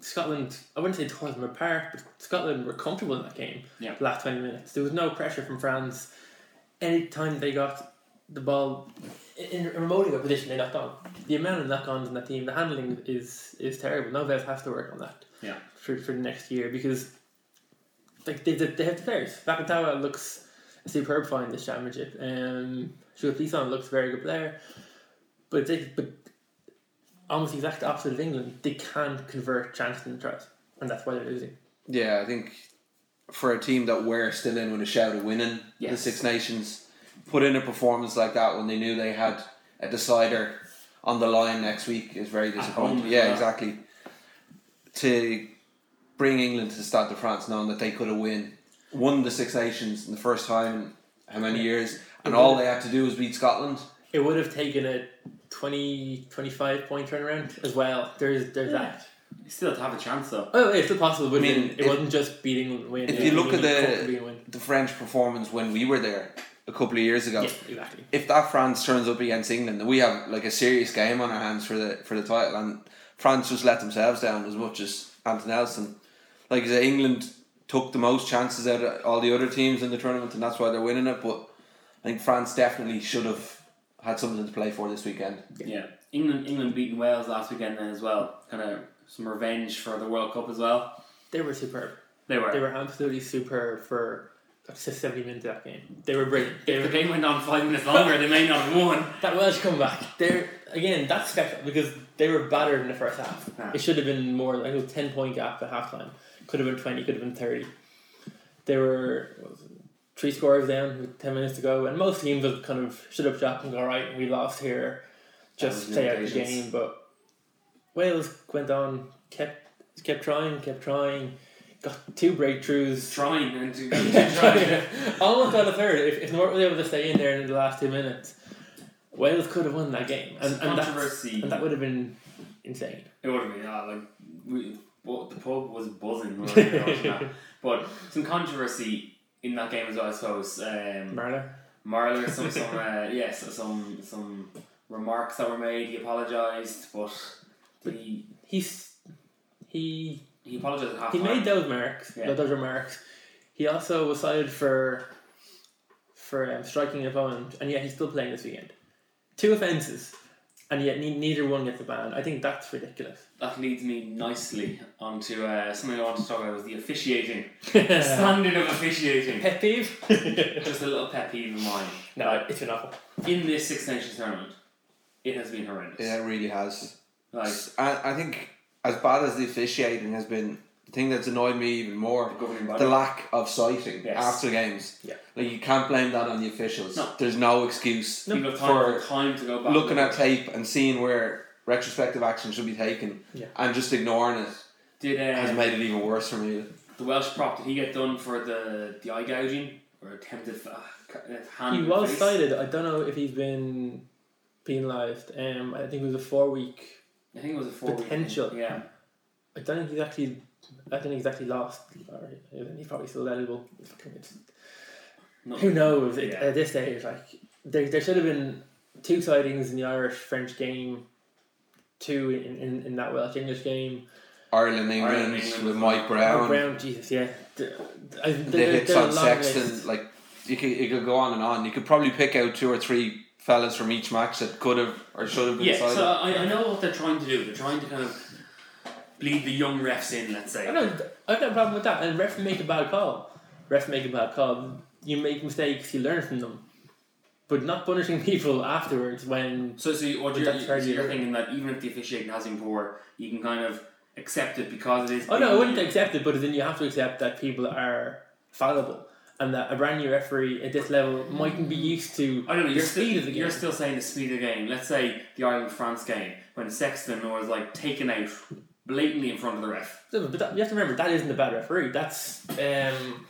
Speaker 5: Scotland, I wouldn't say tore them apart, but Scotland were comfortable in that game.
Speaker 3: Yeah.
Speaker 5: The last 20 minutes. There was no pressure from France. Anytime they got the ball in in a remotely good position, they knocked on. The amount of knock ons in that team, the handling is is terrible. Novev has to work on that
Speaker 3: yeah.
Speaker 5: for, for the next year because like they, they, they have the players. Vakatawa looks a superb find this championship. Um, Shuga Pison looks a very good player, but they but almost the exact opposite of England. They can convert chances and tries, and that's why they're losing.
Speaker 4: Yeah, I think for a team that were still in with a shout of winning the
Speaker 3: Yes.
Speaker 4: Six Nations, put in a performance like that when they knew they had a decider on the line next week is very disappointing.
Speaker 3: home,
Speaker 4: Yeah,
Speaker 3: yeah.
Speaker 4: exactly. To bring England to the Stade de France knowing that they could have win, won the Six Nations in the first time in how many years, and all they had to do was beat Scotland.
Speaker 5: It would have taken a 20, 25 point turnaround as well. There's there's that.
Speaker 3: You still have a chance though.
Speaker 5: Oh, it's still possible, but
Speaker 4: I mean,
Speaker 5: it, it
Speaker 4: if-
Speaker 5: wasn't just beating England and win.
Speaker 4: If
Speaker 5: it
Speaker 4: you
Speaker 5: was
Speaker 4: look at
Speaker 5: England
Speaker 4: the
Speaker 5: comfortably win.
Speaker 4: the French performance when we were there a couple of years ago,
Speaker 5: Yeah, exactly.
Speaker 4: if that France turns up against England, then we have like a serious game on our hands for the for the title. And France just let themselves down as much as Anton Nelson. Like I said, England took the most chances out of all the other teams in the tournament, and that's why they're winning it. But I think France definitely should have had something to play for this weekend.
Speaker 3: Yeah. England England beating Wales last weekend then as well. Kind of some revenge for the World Cup as well.
Speaker 5: They were superb.
Speaker 3: They were.
Speaker 5: They were absolutely superb for up to 70 minutes of that game. They were brilliant. They
Speaker 3: If the
Speaker 5: were,
Speaker 3: game went on five minutes longer, they may not have won.
Speaker 5: that Welsh comeback, they're, again, that's special because they were battered in the first half.
Speaker 3: Ah.
Speaker 5: It should have been more, like it was 10 point gap at halftime. Could have been 20, could have been 30. They were what was it, three scores down with 10 minutes to go, and most teams would kind of shut up shop and go, all right, we lost here, just
Speaker 4: was
Speaker 5: play out the
Speaker 4: limitations.
Speaker 5: game. But Wales went on, kept, kept trying, kept trying, got two breakthroughs.
Speaker 3: Trying and to,
Speaker 5: (laughs)
Speaker 3: to try.
Speaker 5: Almost got a third. If, if North was able to stay in there in the last two minutes, Wales could have won that game. And,
Speaker 3: Some
Speaker 5: and, that's-
Speaker 3: controversy.
Speaker 5: and that would have been insane.
Speaker 3: It would have been, yeah, Ah, like, we, well, the pub was buzzing. when we were watching
Speaker 5: (laughs)
Speaker 3: that. But some controversy in that game as well, I suppose. Um,
Speaker 5: Marla?
Speaker 3: Marler, some, some uh, yes, some some remarks that were made. He apologised, but he,
Speaker 5: He's, he
Speaker 3: he apologised at half
Speaker 5: he
Speaker 3: time.
Speaker 5: made those marks,
Speaker 3: Yeah.
Speaker 5: those remarks. He also was cited for for um, striking an opponent, and yet he's still playing this weekend. Two offences, and yet ne- neither one gets a ban. I think that's ridiculous.
Speaker 3: (laughs)
Speaker 5: (laughs)
Speaker 3: That leads me nicely onto uh, something I want to talk about was the officiating. Standard of officiating.
Speaker 5: Pet peeve? (laughs)
Speaker 3: Just a little pet peeve of mine.
Speaker 5: no, it's been awful.
Speaker 3: In this Six Nations tournament, it has been horrendous.
Speaker 4: Yeah, it really has.
Speaker 3: Like,
Speaker 4: I, I think as bad as the officiating has been, the thing that's annoyed me even more
Speaker 3: governing body.
Speaker 4: the lack of sighting
Speaker 3: Yes.
Speaker 4: after games.
Speaker 5: Yeah.
Speaker 4: Like you can't blame that on the officials.
Speaker 3: No.
Speaker 4: There's no excuse
Speaker 3: people have time,
Speaker 4: for
Speaker 3: time to go back.
Speaker 4: looking
Speaker 3: and-
Speaker 4: at tape and seeing where retrospective action should be taken
Speaker 5: Yeah.
Speaker 4: and just ignoring it.
Speaker 3: Did uh,
Speaker 4: has made it even worse for me.
Speaker 3: the Welsh prop did he get done for the the eye gouging or attempted uh, hand?
Speaker 5: He
Speaker 3: in the
Speaker 5: was
Speaker 3: face?
Speaker 5: cited. I don't know if he's been penalised. Um, I think it was a four week.
Speaker 3: I think it was a four
Speaker 5: Potential.
Speaker 3: Yeah,
Speaker 5: I don't think he's actually. I don't think he's actually lost. Or I think he's probably still eligible. It's-
Speaker 3: No.
Speaker 5: Who knows? It,
Speaker 3: Yeah.
Speaker 5: At this stage, like there, there should have been two sightings in the Irish French game, two in, in, in that Welsh English game.
Speaker 4: Ireland, England,
Speaker 3: Ireland, England.
Speaker 4: with Mike
Speaker 5: Oh,
Speaker 4: Brown.
Speaker 5: Brown, Jesus, yeah. The, I-
Speaker 4: the
Speaker 5: there-
Speaker 4: hits
Speaker 5: there's a
Speaker 4: on
Speaker 5: long
Speaker 4: Sexton,
Speaker 5: list.
Speaker 4: like you could, you could go on and on. You could probably pick out two or three fellas from each match that could have or should have been
Speaker 3: yeah.
Speaker 4: cited.
Speaker 3: So
Speaker 5: uh,
Speaker 3: I, I know what they're trying to do. They're trying to kind of bleed the young refs in. Let's say.
Speaker 5: I know. I've no problem with that. And ref make a bad call. Ref make a bad call. You make mistakes. You learn from them. But not punishing (laughs) people afterwards when
Speaker 3: So, so you, what
Speaker 5: But
Speaker 3: you're,
Speaker 5: that's
Speaker 3: you, so
Speaker 5: fairly-
Speaker 3: you're thinking that even if the officiating has been poor, you can kind of accept it because it is.
Speaker 5: oh no, I wouldn't
Speaker 3: bleeding.
Speaker 5: accept it. But then you have to accept that people are fallible and that a brand new referee at this level mightn't be used to
Speaker 3: I don't know.
Speaker 5: the
Speaker 3: You're
Speaker 5: speed
Speaker 3: still,
Speaker 5: of the game.
Speaker 3: You're still saying the speed of the game. Let's say the Ireland France game when Sexton was like taken out blatantly in front of the ref.
Speaker 5: No, but that, you have to remember that isn't a bad referee. That's um,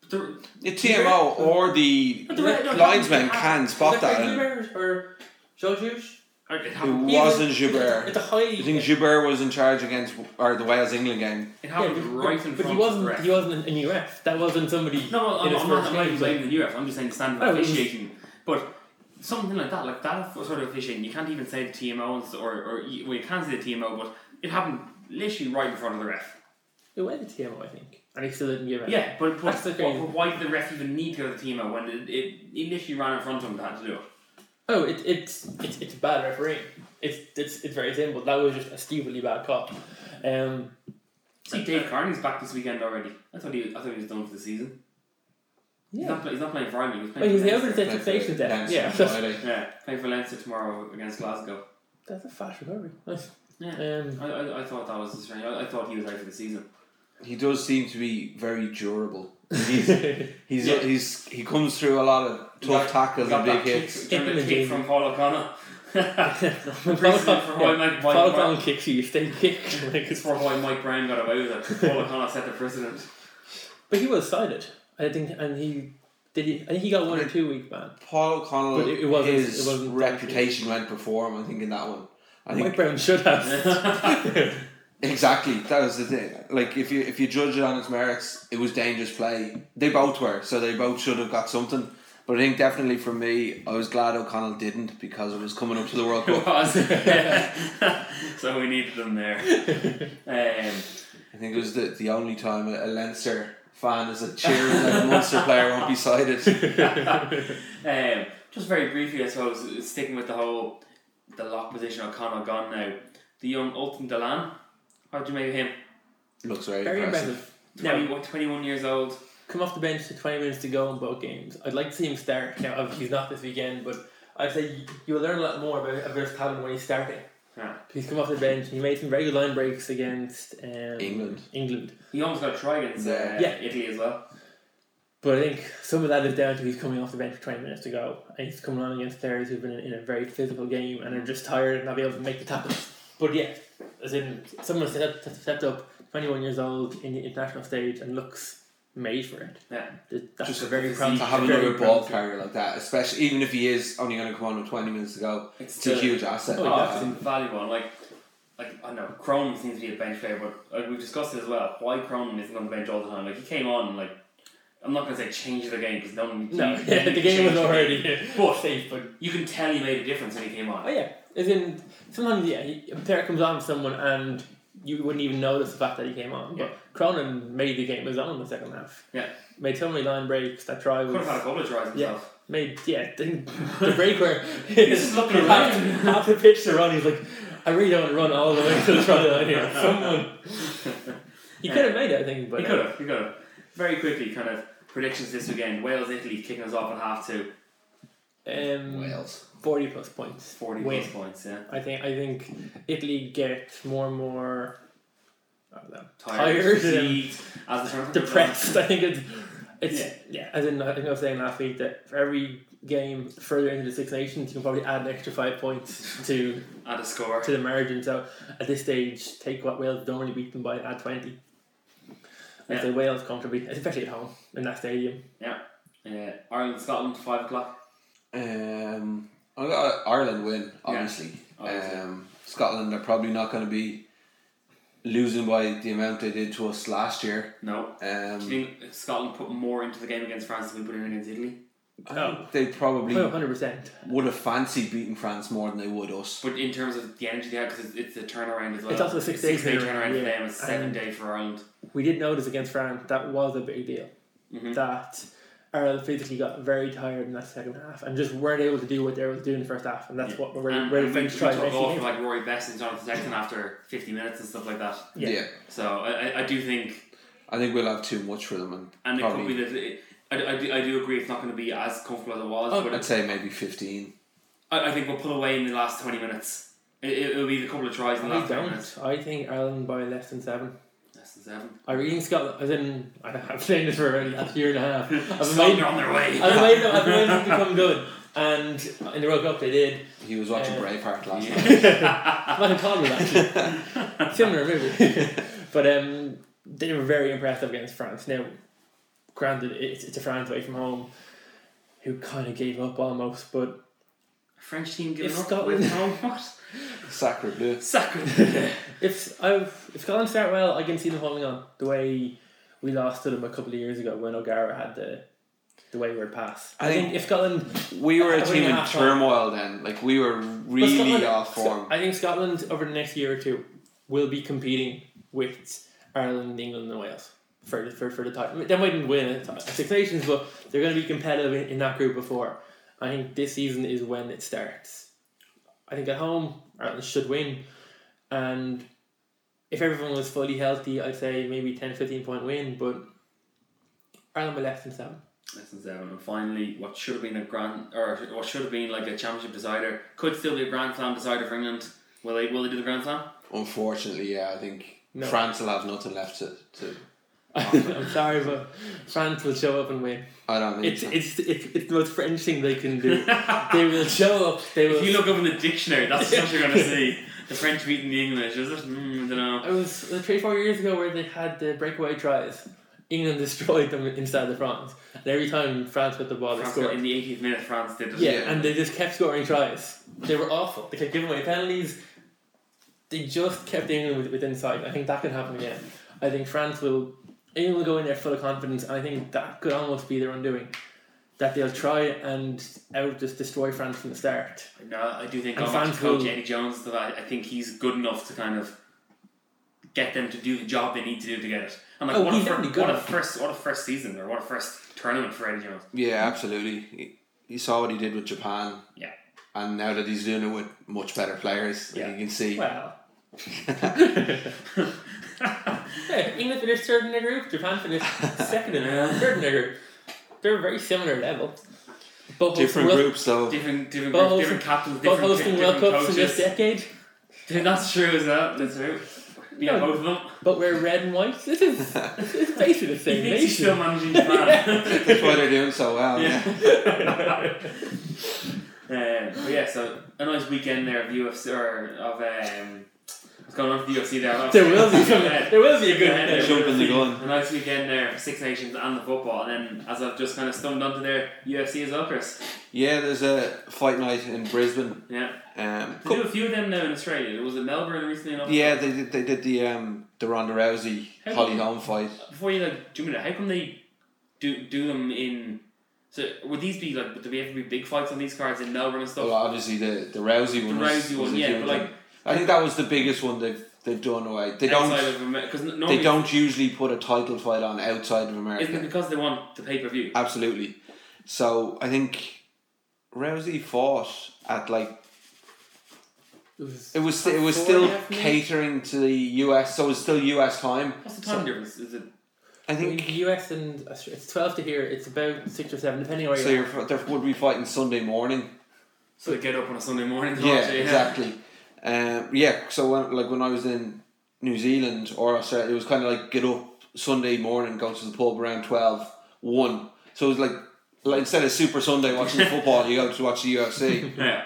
Speaker 3: But the-
Speaker 4: the TMO or the,
Speaker 5: the re- no,
Speaker 4: linesman
Speaker 5: no,
Speaker 4: can spot
Speaker 5: the
Speaker 4: that.
Speaker 5: referee
Speaker 4: and
Speaker 5: Gilbert or Jojic?
Speaker 3: it
Speaker 4: It
Speaker 3: happened.
Speaker 4: wasn't
Speaker 5: It's a
Speaker 4: Joubert.
Speaker 5: highly.
Speaker 4: I think Joubert was in charge against or the Wales England game.
Speaker 3: It
Speaker 5: yeah,
Speaker 3: happened
Speaker 5: but-
Speaker 3: right in
Speaker 5: but
Speaker 3: front
Speaker 5: he
Speaker 3: of the
Speaker 5: wasn't.
Speaker 3: ref.
Speaker 5: He wasn't a new ref. That wasn't somebody.
Speaker 3: no, well,
Speaker 5: in
Speaker 3: I'm,
Speaker 5: his
Speaker 3: I'm
Speaker 5: first
Speaker 3: not, I'm not even
Speaker 5: game.
Speaker 3: blaming the new ref. I'm just saying the standard
Speaker 5: Oh, it
Speaker 3: of
Speaker 5: was-
Speaker 3: officiating. But something like that, like that sort of officiating, you can't even say the TMO and s- or or you- well, you can say the TMO, but it happened literally right in front of the ref.
Speaker 5: It went to TMO, I think, and he still didn't give it.
Speaker 3: Yeah, but, but,
Speaker 5: That's the
Speaker 3: but
Speaker 5: crazy-
Speaker 3: why did the ref even need to go to the TMO when it, it, it literally ran in front of him that had to do it?
Speaker 5: Oh, it, it's it's it's a bad referee. It's it's it's very simple. That was just a stupidly bad call. Um,
Speaker 3: See,
Speaker 5: uh,
Speaker 3: Dave Carney's back this weekend already. I thought he, I thought he was done for the season. He's,
Speaker 5: yeah.
Speaker 3: not, play- he's not playing for Ireland. He's
Speaker 5: Well,
Speaker 3: playing
Speaker 5: he's
Speaker 3: for
Speaker 5: out of
Speaker 3: Leinster.
Speaker 5: the fixation death.
Speaker 4: Dempsey
Speaker 5: Yeah,
Speaker 4: on
Speaker 5: that's,
Speaker 4: uh, Friday.
Speaker 3: Yeah, playing for Leinster tomorrow against Glasgow.
Speaker 5: that's a fast recovery. Nice.
Speaker 3: Yeah.
Speaker 5: Um,
Speaker 3: I, I, I thought that was the strange. I, I thought he was out for the season.
Speaker 4: He does seem to be very
Speaker 5: (laughs)
Speaker 4: durable. He's
Speaker 3: (laughs)
Speaker 4: he's,
Speaker 3: Yeah.
Speaker 4: he's he comes through a lot of tough
Speaker 3: Got-
Speaker 4: tackles and
Speaker 3: Got
Speaker 4: big
Speaker 3: that kick,
Speaker 4: hits.
Speaker 3: remember the kick from Paul
Speaker 5: (laughs)
Speaker 3: O'Connor.
Speaker 5: Follow
Speaker 3: Recently for why Mike- why-
Speaker 5: follow
Speaker 3: why-
Speaker 5: down kicks you, you stay kicked. (laughs) Like,
Speaker 3: It's
Speaker 5: it's-
Speaker 3: for why Mike Brown got away with it. Paul O'Connor set the precedent.
Speaker 5: (laughs) but he was cited, I think, and he did. He, I think he got one or two week ban.
Speaker 4: Paul O'Connell,
Speaker 5: But it- it wasn't-
Speaker 4: his
Speaker 5: it wasn't-
Speaker 4: reputation went before him. I think in that one. I think
Speaker 5: Mike Brown should
Speaker 3: (laughs)
Speaker 5: have. (laughs)
Speaker 4: Exactly, that was the thing. Like if you if you judge it on its merits, it was dangerous play. They both were, so they both should have got something. But I think definitely for me, I was glad O'Connell didn't because it was coming up to the World
Speaker 3: It (laughs)
Speaker 4: Cup.
Speaker 3: was. so we needed them there. Um,
Speaker 4: I think it was the, the only time a, a Leinster fan is a cheering that a Munster player won't be
Speaker 5: (laughs)
Speaker 4: cited.
Speaker 3: um, just very briefly, I suppose, sticking with the whole the lock position O'Connell gone now. The young Ulton Delan, how'd you make him?
Speaker 4: Looks very,
Speaker 5: Very
Speaker 4: impressive.
Speaker 5: impressive. Now,
Speaker 3: 20, what, 21 years old.
Speaker 5: come off the bench to 20 minutes to go in both games. I'd like to see him start. Now, obviously, he's not this weekend, but I'd say you- you'll learn a lot more about, about his talent when he's starting.
Speaker 3: Yeah.
Speaker 5: He's come off the bench. He made some very good line breaks against um,
Speaker 4: England.
Speaker 5: England.
Speaker 3: He almost got a try against uh,
Speaker 4: Yeah.
Speaker 3: Italy as well.
Speaker 5: But I think some of that is down to he's coming off the bench for 20 minutes to go. And he's coming on against players who've been in, in a very physical game and are just tired and not be able to make the tackles. But yeah, as in, someone stepped, stepped up, 21 years old, in the international stage and looks made for it.
Speaker 3: Yeah.
Speaker 5: Th- That's
Speaker 3: Just
Speaker 5: a very
Speaker 3: to
Speaker 5: promising.
Speaker 4: To have
Speaker 5: very
Speaker 4: another ball
Speaker 5: promising-
Speaker 4: carrier like that, especially even if he is only going to come on with twenty minutes to go, it's,
Speaker 3: It's
Speaker 4: a
Speaker 3: still-
Speaker 4: huge asset.
Speaker 5: Oh,
Speaker 3: Oh,
Speaker 5: yeah.
Speaker 3: it's invaluable. and, Like, like I know Cronin seems to be a bench player, but like, we've discussed it as well. Why Cronin isn't on the bench all the time? Like he came on, and, like I'm not gonna say change the game because no one.
Speaker 5: No,
Speaker 3: he- he
Speaker 5: (laughs) yeah, the game
Speaker 3: changed
Speaker 5: was already
Speaker 3: (laughs) But-
Speaker 5: safe, but
Speaker 3: You can tell he made a difference when he came
Speaker 5: Oh
Speaker 3: on.
Speaker 5: yeah, as in sometimes yeah, he, a player comes on with someone and you wouldn't even notice the fact that he came on.
Speaker 3: Yeah.
Speaker 5: But Cronin made the game his own in the second half.
Speaker 3: Yeah.
Speaker 5: made so many line breaks. That try
Speaker 3: Could have had a
Speaker 5: was
Speaker 3: couple of tries
Speaker 5: Yeah. (laughs)
Speaker 3: himself.
Speaker 5: made.
Speaker 3: (laughs)
Speaker 5: Yeah, the, the break where
Speaker 3: He's
Speaker 5: (laughs)
Speaker 3: just looking around.
Speaker 5: half, half the pitch to run. He's like, I really don't want to run all the way to the try
Speaker 3: (laughs)
Speaker 5: line here. Someone he could have made it, I think, but
Speaker 3: He
Speaker 5: uh,
Speaker 3: could have. He could have. Very quickly, kind of predictions this weekend: Wales, Italy kicking us off at half two.
Speaker 5: um,
Speaker 4: Wales.
Speaker 5: forty plus points,
Speaker 3: Forty
Speaker 5: win.
Speaker 3: plus points. Yeah.
Speaker 5: I think I think Italy gets more and more oh, I don't know,
Speaker 3: Tired,
Speaker 5: Tired and
Speaker 3: fatigued, as the tournament goes on.
Speaker 5: depressed. I think it's It's
Speaker 3: Yeah.
Speaker 5: yeah. As in, I think I was saying last week that for every game further into the Six Nations, you can probably add an extra five points to
Speaker 3: Add a score.
Speaker 5: to the margin. So at this stage, take what Wales don't really beat them by add twenty. And
Speaker 3: Yeah.
Speaker 5: so Wales comfortably, especially at home in that stadium.
Speaker 3: Yeah. Uh, Ireland, Scotland, five o'clock.
Speaker 4: Um, I- I- Ireland win, obviously.
Speaker 5: Oh,
Speaker 3: obviously.
Speaker 4: Um, Scotland are probably not going to be losing by the amount they did to us last year.
Speaker 3: No. Do
Speaker 4: Um,
Speaker 3: you think Scotland put more into the game against France than we put in against Italy?
Speaker 4: I
Speaker 5: Oh.
Speaker 4: think they
Speaker 5: One
Speaker 4: probably
Speaker 5: hundred percent.
Speaker 4: would have fancied beating France more than they would us.
Speaker 3: But in terms of the energy they had, because it's, it's a turnaround as well.
Speaker 5: It's also a six
Speaker 3: It's
Speaker 5: day
Speaker 3: six day turnaround
Speaker 5: turnaround,
Speaker 3: for
Speaker 5: yeah. Um,
Speaker 3: them, a seven
Speaker 5: And-
Speaker 3: day for Ireland.
Speaker 5: We did notice against France that was a big deal.
Speaker 3: Mm-hmm.
Speaker 5: That Ireland physically got very tired in that second half and just weren't able to do what they were doing in the first half, and that's what we're
Speaker 3: And,
Speaker 5: where the
Speaker 3: and we, we
Speaker 5: French
Speaker 3: took
Speaker 5: tried. to
Speaker 3: off
Speaker 5: actually
Speaker 3: with,
Speaker 5: do.
Speaker 3: like Rory Best and Jonathan Sexton after 50 minutes and stuff like that.
Speaker 5: Yeah.
Speaker 3: So I, I- I do think
Speaker 4: I think we'll have too much for them, and,
Speaker 3: And it could
Speaker 4: probably
Speaker 3: be that it, I, I, do, I do agree it's not going to be as comfortable as it was, but
Speaker 4: I'd
Speaker 3: it's,
Speaker 4: say maybe fifteen.
Speaker 3: I, I think we'll pull away in the last 20 minutes. It, it, will be the couple of tries in the
Speaker 5: I
Speaker 3: last 20 minutes.
Speaker 5: don't. I think Ireland by less than seven.
Speaker 3: Less than seven.
Speaker 5: I really think Scotland. As in, I- I've saying this for about the last year and a half. I've been
Speaker 3: Scotland are
Speaker 5: waiting.
Speaker 3: on their way.
Speaker 5: I've been waiting. I've
Speaker 3: (laughs)
Speaker 5: been waiting to become good. And in the World Cup, they did.
Speaker 4: He was watching
Speaker 5: Uh,
Speaker 4: Braveheart last night. (laughs)
Speaker 5: I'm not in Connell, actually. Similar movie. (laughs) but um, they were very impressive against France. Now, granted, it's, it's a France away from home who kind of gave up almost, but
Speaker 3: French team giving
Speaker 5: If
Speaker 3: up
Speaker 5: Scotland-
Speaker 3: with (laughs) home. What?
Speaker 4: Sacre bleu.
Speaker 3: Sacred.
Speaker 5: (laughs) if I've, if Scotland start well, I can see them holding on the way we lost to them a couple of years ago when O'Gara had the the wayward pass. I,
Speaker 4: I
Speaker 5: think,
Speaker 4: think-
Speaker 5: if Scotland
Speaker 4: We were
Speaker 5: I
Speaker 4: a
Speaker 5: wouldn't
Speaker 4: team in
Speaker 5: have thought-
Speaker 4: turmoil then. Like we were
Speaker 5: But
Speaker 4: really
Speaker 5: Scotland-
Speaker 4: off form.
Speaker 5: I think Scotland over the next year or two will be competing with Ireland, England, and Wales for the, for, for the title. They mightn't win it, uh, Six Nations, but they're going to be competitive in, in that group before. I think this season is when it starts. I think at home Ireland should win, and if everyone was fully healthy, I'd say maybe 10, 15 point win. But Ireland by less than seven. (laughs)
Speaker 3: Less than seven. And finally, what should have been a grand, or what should have been like a championship decider, could still be a grand slam decider for England. Will they? Will they do the grand slam?
Speaker 4: Unfortunately, yeah, I think
Speaker 5: No.
Speaker 4: France will have nothing left to. to
Speaker 5: I'm sorry, but France will show up and win.
Speaker 4: I don't think
Speaker 5: It's,
Speaker 4: so.
Speaker 5: it's it's it's the most French thing (laughs) they can do. (laughs) they will show up. They will.
Speaker 3: (laughs) If you look up in the dictionary, that's what you're going to see. The French beating the English. Is it? Mm, I don't know.
Speaker 5: it was three four years ago where they had the breakaway tries. England (laughs) destroyed them inside the France, and every time France got the ball, they
Speaker 3: France
Speaker 5: scored.
Speaker 3: got in the 80th minute. France did it.
Speaker 5: Oh, yeah,
Speaker 4: Yeah.
Speaker 5: and they just kept scoring tries. They were awful. They kept giving away penalties. They just kept England with- within sight. I think that can happen again. I think France will England will go in there full of confidence, and I think that could almost be their undoing. That they'll try and out just destroy France from the start.
Speaker 3: No, uh, I do think
Speaker 5: And
Speaker 3: I'm actually
Speaker 5: fans
Speaker 3: coach
Speaker 5: will-
Speaker 3: Eddie Jones. That I, I think he's good enough to kind of get them to do the job they need to do to get it. And like,
Speaker 5: Oh,
Speaker 3: what,
Speaker 5: he's
Speaker 3: a fir-
Speaker 5: definitely good
Speaker 3: what a
Speaker 5: enough.
Speaker 3: first, what a first season or what a first tournament for Eddie Jones.
Speaker 4: yeah, absolutely. He- You saw what he did with Japan,
Speaker 3: Yeah,
Speaker 4: and now that he's doing it with much better players, like
Speaker 3: Yeah.
Speaker 4: you can see.
Speaker 5: Well. (laughs)
Speaker 3: (laughs)
Speaker 5: yeah, England finished third in their group. Japan finished
Speaker 4: (laughs)
Speaker 5: second in their third in their group. They're a very similar level. Both
Speaker 4: (laughs)
Speaker 5: hosting
Speaker 4: different
Speaker 5: World-
Speaker 4: groups, though. (laughs)
Speaker 3: different, different,
Speaker 5: Both
Speaker 3: groups,
Speaker 5: hosting-
Speaker 3: different captains,
Speaker 5: both
Speaker 3: different,
Speaker 5: hosting World
Speaker 3: different
Speaker 5: Cups in this
Speaker 3: coaches.
Speaker 5: decade.
Speaker 3: That's true as well. That's true. Yeah,
Speaker 5: No.
Speaker 3: both of them.
Speaker 5: But we're red and white. This is, this is basically the
Speaker 3: He (laughs)
Speaker 5: same
Speaker 3: thinks he's still
Speaker 5: nation.
Speaker 3: managing
Speaker 5: (laughs)
Speaker 3: Japan.
Speaker 4: That's why they're doing so well. Yeah.
Speaker 3: (laughs) Um, but yeah, so a nice weekend there of UFC or of um, what's going on for the UFC there.
Speaker 5: There will be some, there will be a
Speaker 3: (laughs)
Speaker 5: good
Speaker 3: Yeah,
Speaker 5: head.
Speaker 4: Jump in the gun.
Speaker 3: A nice weekend there, for Six Nations and the football, and then as I've just kind of stumbled onto there, UFC as well, Chris.
Speaker 4: Yeah, there's a fight night in Brisbane.
Speaker 3: Yeah,
Speaker 4: Um,
Speaker 3: they do a few of them now in Australia. Was it Melbourne recently? Enough?
Speaker 4: yeah, they did, they did the um, the Ronda Rousey
Speaker 3: How
Speaker 4: Holly
Speaker 3: come-
Speaker 4: Holm fight.
Speaker 3: Before you like, do you mean how come they do do them in? So would these be like? Would there be ever be big fights on these cards in Melbourne and stuff?
Speaker 4: Well, obviously the the Rousey one. was-
Speaker 3: Rousey
Speaker 4: was
Speaker 3: one,
Speaker 4: a
Speaker 3: yeah,
Speaker 4: huge
Speaker 3: but, like-
Speaker 4: one. I think that was the biggest one they've they've done away. They
Speaker 3: Outside
Speaker 4: don't
Speaker 3: of Amer- 'cause n- normally
Speaker 4: they don't usually put a title fight on outside of America.
Speaker 3: Isn't it because they want the pay per view?
Speaker 4: Uh, Absolutely. So I think Rousey fought at like it was it was
Speaker 5: Four
Speaker 4: still
Speaker 5: in the afternoon?
Speaker 4: catering to the US, so it was still US time.
Speaker 3: What's the time difference? Is it?
Speaker 4: I
Speaker 5: In
Speaker 4: think
Speaker 5: the US and Austra- it's 12 to here, it's about 6 or 7, depending on
Speaker 4: so.
Speaker 5: where you
Speaker 4: You're, there would be fighting Sunday morning.
Speaker 3: So they get up on a Sunday morning. to watch
Speaker 4: Yeah,
Speaker 3: it, yeah.
Speaker 4: exactly. Um, yeah, so when, like when I was in New Zealand or Australia, it was kind of like get up Sunday morning, go to the pub around twelve, one. So it's like, like instead of Super Sunday watching the football, you go to watch the UFC.
Speaker 3: Yeah.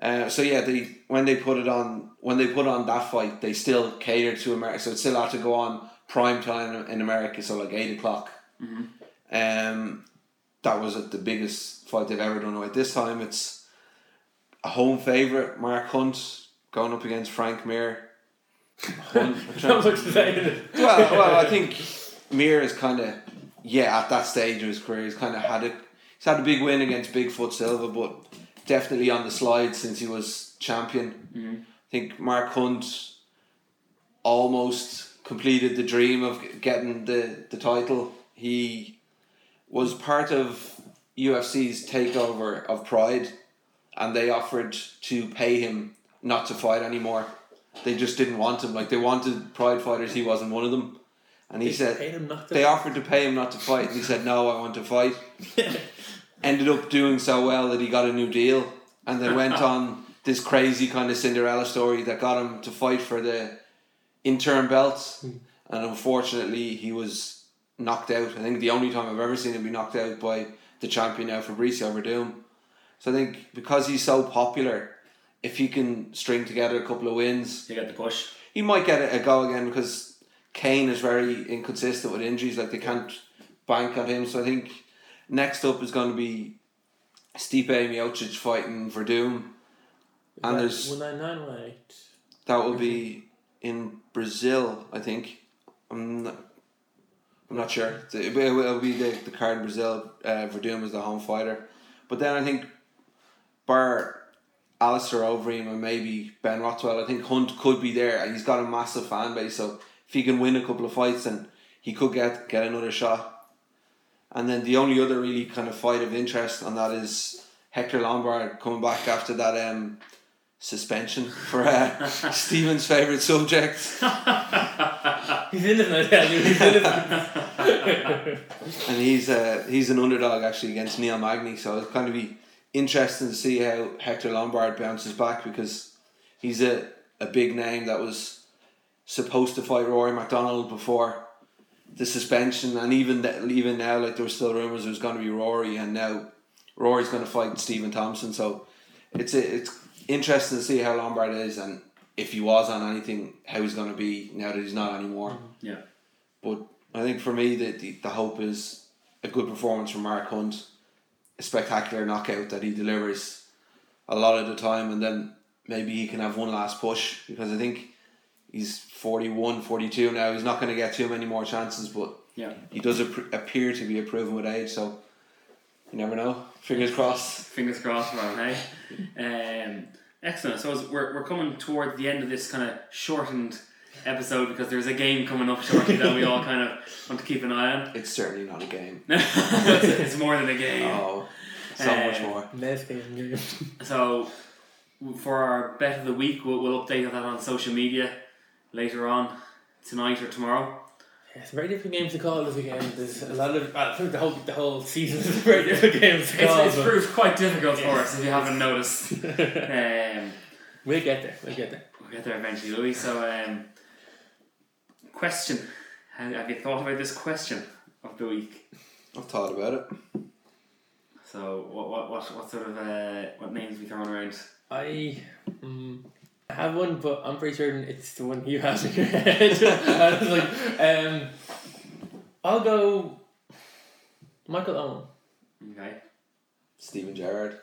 Speaker 4: Uh, so yeah, they when they put it on when they put on that fight, they still cater to America, so it still had to go on prime time in America, so like eight o'clock. Um, that was the biggest fight they've ever done. Like this time, it's a home favorite, Mark Hunt going up against Frank Mir. Hunt-
Speaker 5: (laughs) Not much to say. is it?
Speaker 4: well, well, I think Mir is kind of yeah at that stage of his career. He's kind of had it. He's had a big win against Bigfoot Silva, but definitely on the slide since he was champion. I think Mark Hunt almost completed the dream of getting the the title. He was part of UFC's takeover of Pride, and they offered to pay him not to fight anymore. They just didn't want him. Like they wanted Pride fighters, he wasn't one of them. And he
Speaker 5: They
Speaker 4: said
Speaker 5: paid him not to
Speaker 4: they offered to pay him not to fight, and he said no, I want to fight. Ended up doing so well that he got a new deal, and they went on this crazy kind of Cinderella story that got him to fight for the interim belt. And unfortunately, he was knocked out. I think the only time I've ever seen him be knocked out by the champion now, Fabrizio Verdum. So I think because he's so popular, if he can string together a couple of wins,
Speaker 3: You got the push.
Speaker 4: he might get a, a go again because Kane is very inconsistent with injuries. Like they can't bank on him. So I think next up is going to be Stipe Miocic fighting Verdum, and there's
Speaker 5: One nine nine one eight.
Speaker 4: that will be in Brazil, I think. I'm not, I'm not sure. It will it'll be the, the card in Brazil. Uh, Verdum is the home fighter. But then I think Bar Alistair Overeem and maybe Ben Rothwell, I think Hunt could be there. and He's got a massive fan base, so if he can win a couple of fights, then he could get, get another shot. And then the only other really kind of fight of interest on that is Hector Lombard coming back after that um, suspension for uh, (laughs) Stephen's favourite subject.
Speaker 5: He's in it,
Speaker 4: (laughs)
Speaker 5: I tell you. He's in it.
Speaker 4: and he's uh, he's an underdog actually against Neil Magny, so it's going to be interesting to see how Hector Lombard bounces back because he's a, a big name that was supposed to fight Rory McDonald before the suspension, and even that even now like there were still rumors it was going to be Rory, and now Rory's going to fight Stephen Thompson, so it's a, it's interesting to see how Lombard is and. If he was on anything, how he's going to be now that he's not anymore.
Speaker 3: Yeah.
Speaker 4: But I think for me, the, the, the hope is a good performance from Mark Hunt, a spectacular knockout that he delivers a lot of the time, and then maybe he can have one last push because I think he's 41, 42 now. He's not going to get too many more chances, but
Speaker 3: Yeah.
Speaker 4: he does ap- appear to be improving with age, so you never know. Fingers crossed.
Speaker 3: Fingers crossed, man. Hey, um, excellent. So as we're, we're coming toward the end of this kind of shortened episode because there's a game coming up shortly that we all kind of want to keep an eye on. (laughs)
Speaker 4: It's certainly not a game.
Speaker 3: it's, it's more than a game.
Speaker 4: Oh, so much
Speaker 5: Uh,
Speaker 4: more.
Speaker 5: Nice game, game.
Speaker 3: So for our bet of the week, we'll, we'll update that on social media later on tonight or tomorrow.
Speaker 5: It's very different games to call this weekend. There's a lot of I think the whole the whole season is very different games to call.
Speaker 3: It's, it's
Speaker 5: but-
Speaker 3: proved quite difficult for
Speaker 4: (laughs)
Speaker 3: us if you haven't noticed. Um,
Speaker 5: (laughs) We'll get there. We'll get there.
Speaker 3: We'll get there eventually, Louis. So, um, question: Have have you thought about this question of the week?
Speaker 4: I've thought about it.
Speaker 3: So, what what what, what sort of uh, what names we throwing around?
Speaker 5: I um, I have one, but I'm pretty certain it's the one you have in your head. (laughs) I was like, um, I'll go Michael Owen.
Speaker 3: Okay,
Speaker 4: Stephen Gerrard.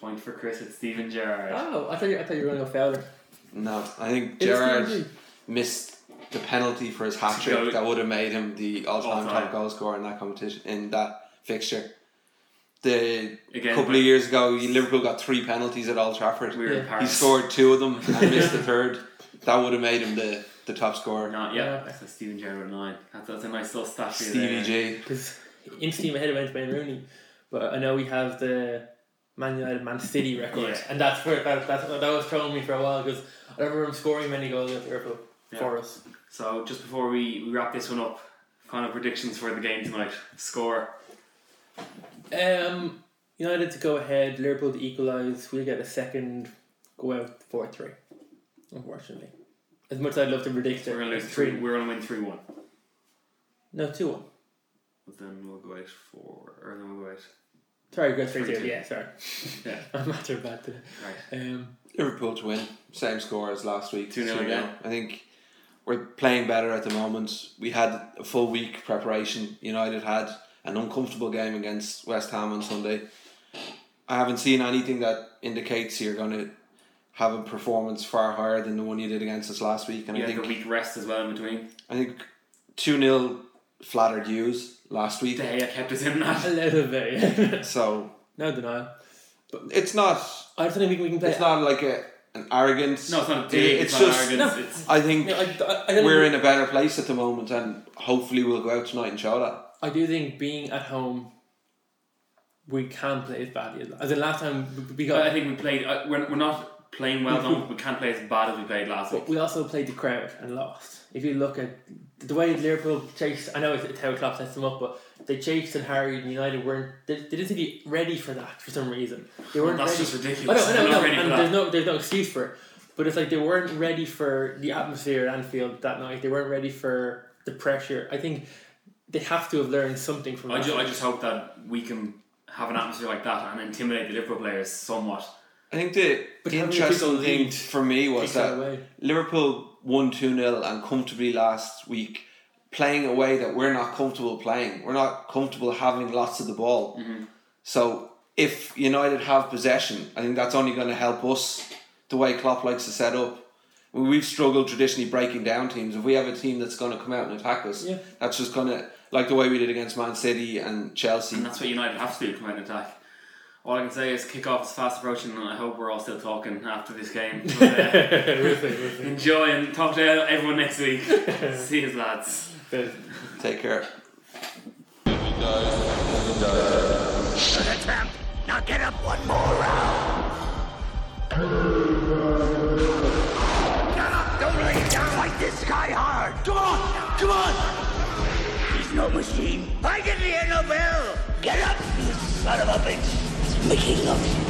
Speaker 3: point for Chris. It's Stephen Gerrard.
Speaker 5: Oh, I thought you, I thought you were gonna go Fowler.
Speaker 4: No, I think
Speaker 5: It is
Speaker 4: Gerrard
Speaker 5: Stephen
Speaker 4: missed the penalty for his hat
Speaker 3: Go-
Speaker 4: trick that would have made him the all time
Speaker 3: All-time.
Speaker 4: top goal scorer in that competition in that fixture. The
Speaker 3: Again,
Speaker 4: couple
Speaker 3: but-
Speaker 4: of years ago, Liverpool got three penalties at Old Trafford.
Speaker 3: We were
Speaker 5: Yeah.
Speaker 3: in Paris.
Speaker 4: He scored two of them and missed the
Speaker 3: (laughs)
Speaker 4: third. That would have made him the, the top scorer.
Speaker 3: Not
Speaker 5: Yeah.
Speaker 3: yet. That's a Stephen Gerrard nine. That's, that's a nice little stat. for you
Speaker 4: Stevie
Speaker 3: there.
Speaker 4: G.
Speaker 5: because in steam ahead of Wayne Rooney, but I know we have the Man United Man City record,
Speaker 3: Yeah.
Speaker 5: and that's where that that's, that was throwing me for a while because I don't remember him scoring many goals at Liverpool for us.
Speaker 3: So, just before we, we wrap this one up, final predictions for the game tonight. Score.
Speaker 5: Um, United to go ahead, Liverpool to equalise. We'll get a second go out four three. Unfortunately, as much as I'd love to predict it,
Speaker 3: We're gonna lose
Speaker 5: it's
Speaker 3: three. We're gonna win three one.
Speaker 5: No, two one.
Speaker 6: But then we'll go out for, or then we'll go out.
Speaker 5: Sorry, good three two.
Speaker 3: 3-2.
Speaker 5: Yeah, sorry.
Speaker 6: Yeah.
Speaker 5: (laughs) I'm not too bad today. Um,
Speaker 4: Liverpool to win. Same score as last week.
Speaker 3: 2-0
Speaker 4: 2-0.
Speaker 3: again.
Speaker 4: I think we're playing better at the moment. We had a full week preparation. United had an uncomfortable game against West Ham on Sunday. I haven't seen anything that indicates you're going to have a performance far higher than the one you did against us last week. And
Speaker 3: You
Speaker 4: I
Speaker 3: had
Speaker 4: think
Speaker 3: the week rest as well in between.
Speaker 4: I think two 0 flattered yous last week.
Speaker 3: De Gea kept us in
Speaker 5: a
Speaker 3: that.
Speaker 5: little bit. (laughs)
Speaker 4: So
Speaker 5: no denial.
Speaker 4: it's not.
Speaker 5: I just don't think we can play.
Speaker 4: It's not like a an arrogance.
Speaker 3: (laughs) No, it's not a dig. It's,
Speaker 4: It's
Speaker 3: not
Speaker 4: just-
Speaker 3: arrogance.
Speaker 5: No.
Speaker 3: It's
Speaker 4: I think
Speaker 5: No, I, I, I don't
Speaker 4: we're
Speaker 5: think-
Speaker 4: in a better place at the moment, and hopefully we'll go out tonight and show that.
Speaker 5: I do think being at home, we can play as badly as, as in last time. we- We got.
Speaker 3: I think we played. Uh, we're, we're not playing well. though. we can't play as bad as we played last week.
Speaker 5: But we also played the crowd and lost. If you look at the way Liverpool chased, I know it's, it's how Klopp sets them up, but they chased and harried, and United weren't. They, they didn't seem to be ready for that for some reason. They weren't.
Speaker 3: That's
Speaker 5: ready.
Speaker 3: just
Speaker 5: I
Speaker 3: ridiculous.
Speaker 5: know, I know,
Speaker 3: We're
Speaker 5: I
Speaker 3: not
Speaker 5: know,
Speaker 3: ready for
Speaker 5: and
Speaker 3: that.
Speaker 5: there's no, there's no excuse for it. But it's like they weren't ready for the atmosphere at Anfield that night. They weren't ready for the pressure. I think they have to have learned something from.
Speaker 3: I,
Speaker 5: that.
Speaker 3: ju- I just hope that we can have an atmosphere like that and intimidate the Liverpool players somewhat.
Speaker 4: I think the
Speaker 5: But having a
Speaker 4: interesting
Speaker 5: bigger
Speaker 4: thing
Speaker 5: lead
Speaker 4: for me was
Speaker 5: takes that
Speaker 4: that
Speaker 5: away.
Speaker 4: Liverpool won 2 0 and comfortably last week, playing a way that we're not comfortable playing. We're not comfortable having lots of the ball. So if United have possession, I think that's only going to help us the way Klopp likes to set up. We- We've struggled traditionally breaking down teams. If we have a team that's going to come out and attack us,
Speaker 5: Yeah.
Speaker 4: that's just going to, like the way we did against Man City and Chelsea.
Speaker 3: And that's what United have to do come out and attack. All I can say is kick off is fast approaching, and I hope we're all still talking after this game. But, uh, enjoy and talk to everyone next week. See you, lads.
Speaker 4: Take care.
Speaker 1: Good attempt. Now get up one more round. Get up. Don't lay down. Fight this guy hard. Come on. Come on. He's no machine. I can hear no bell. Get up, you son of a bitch. It's making love.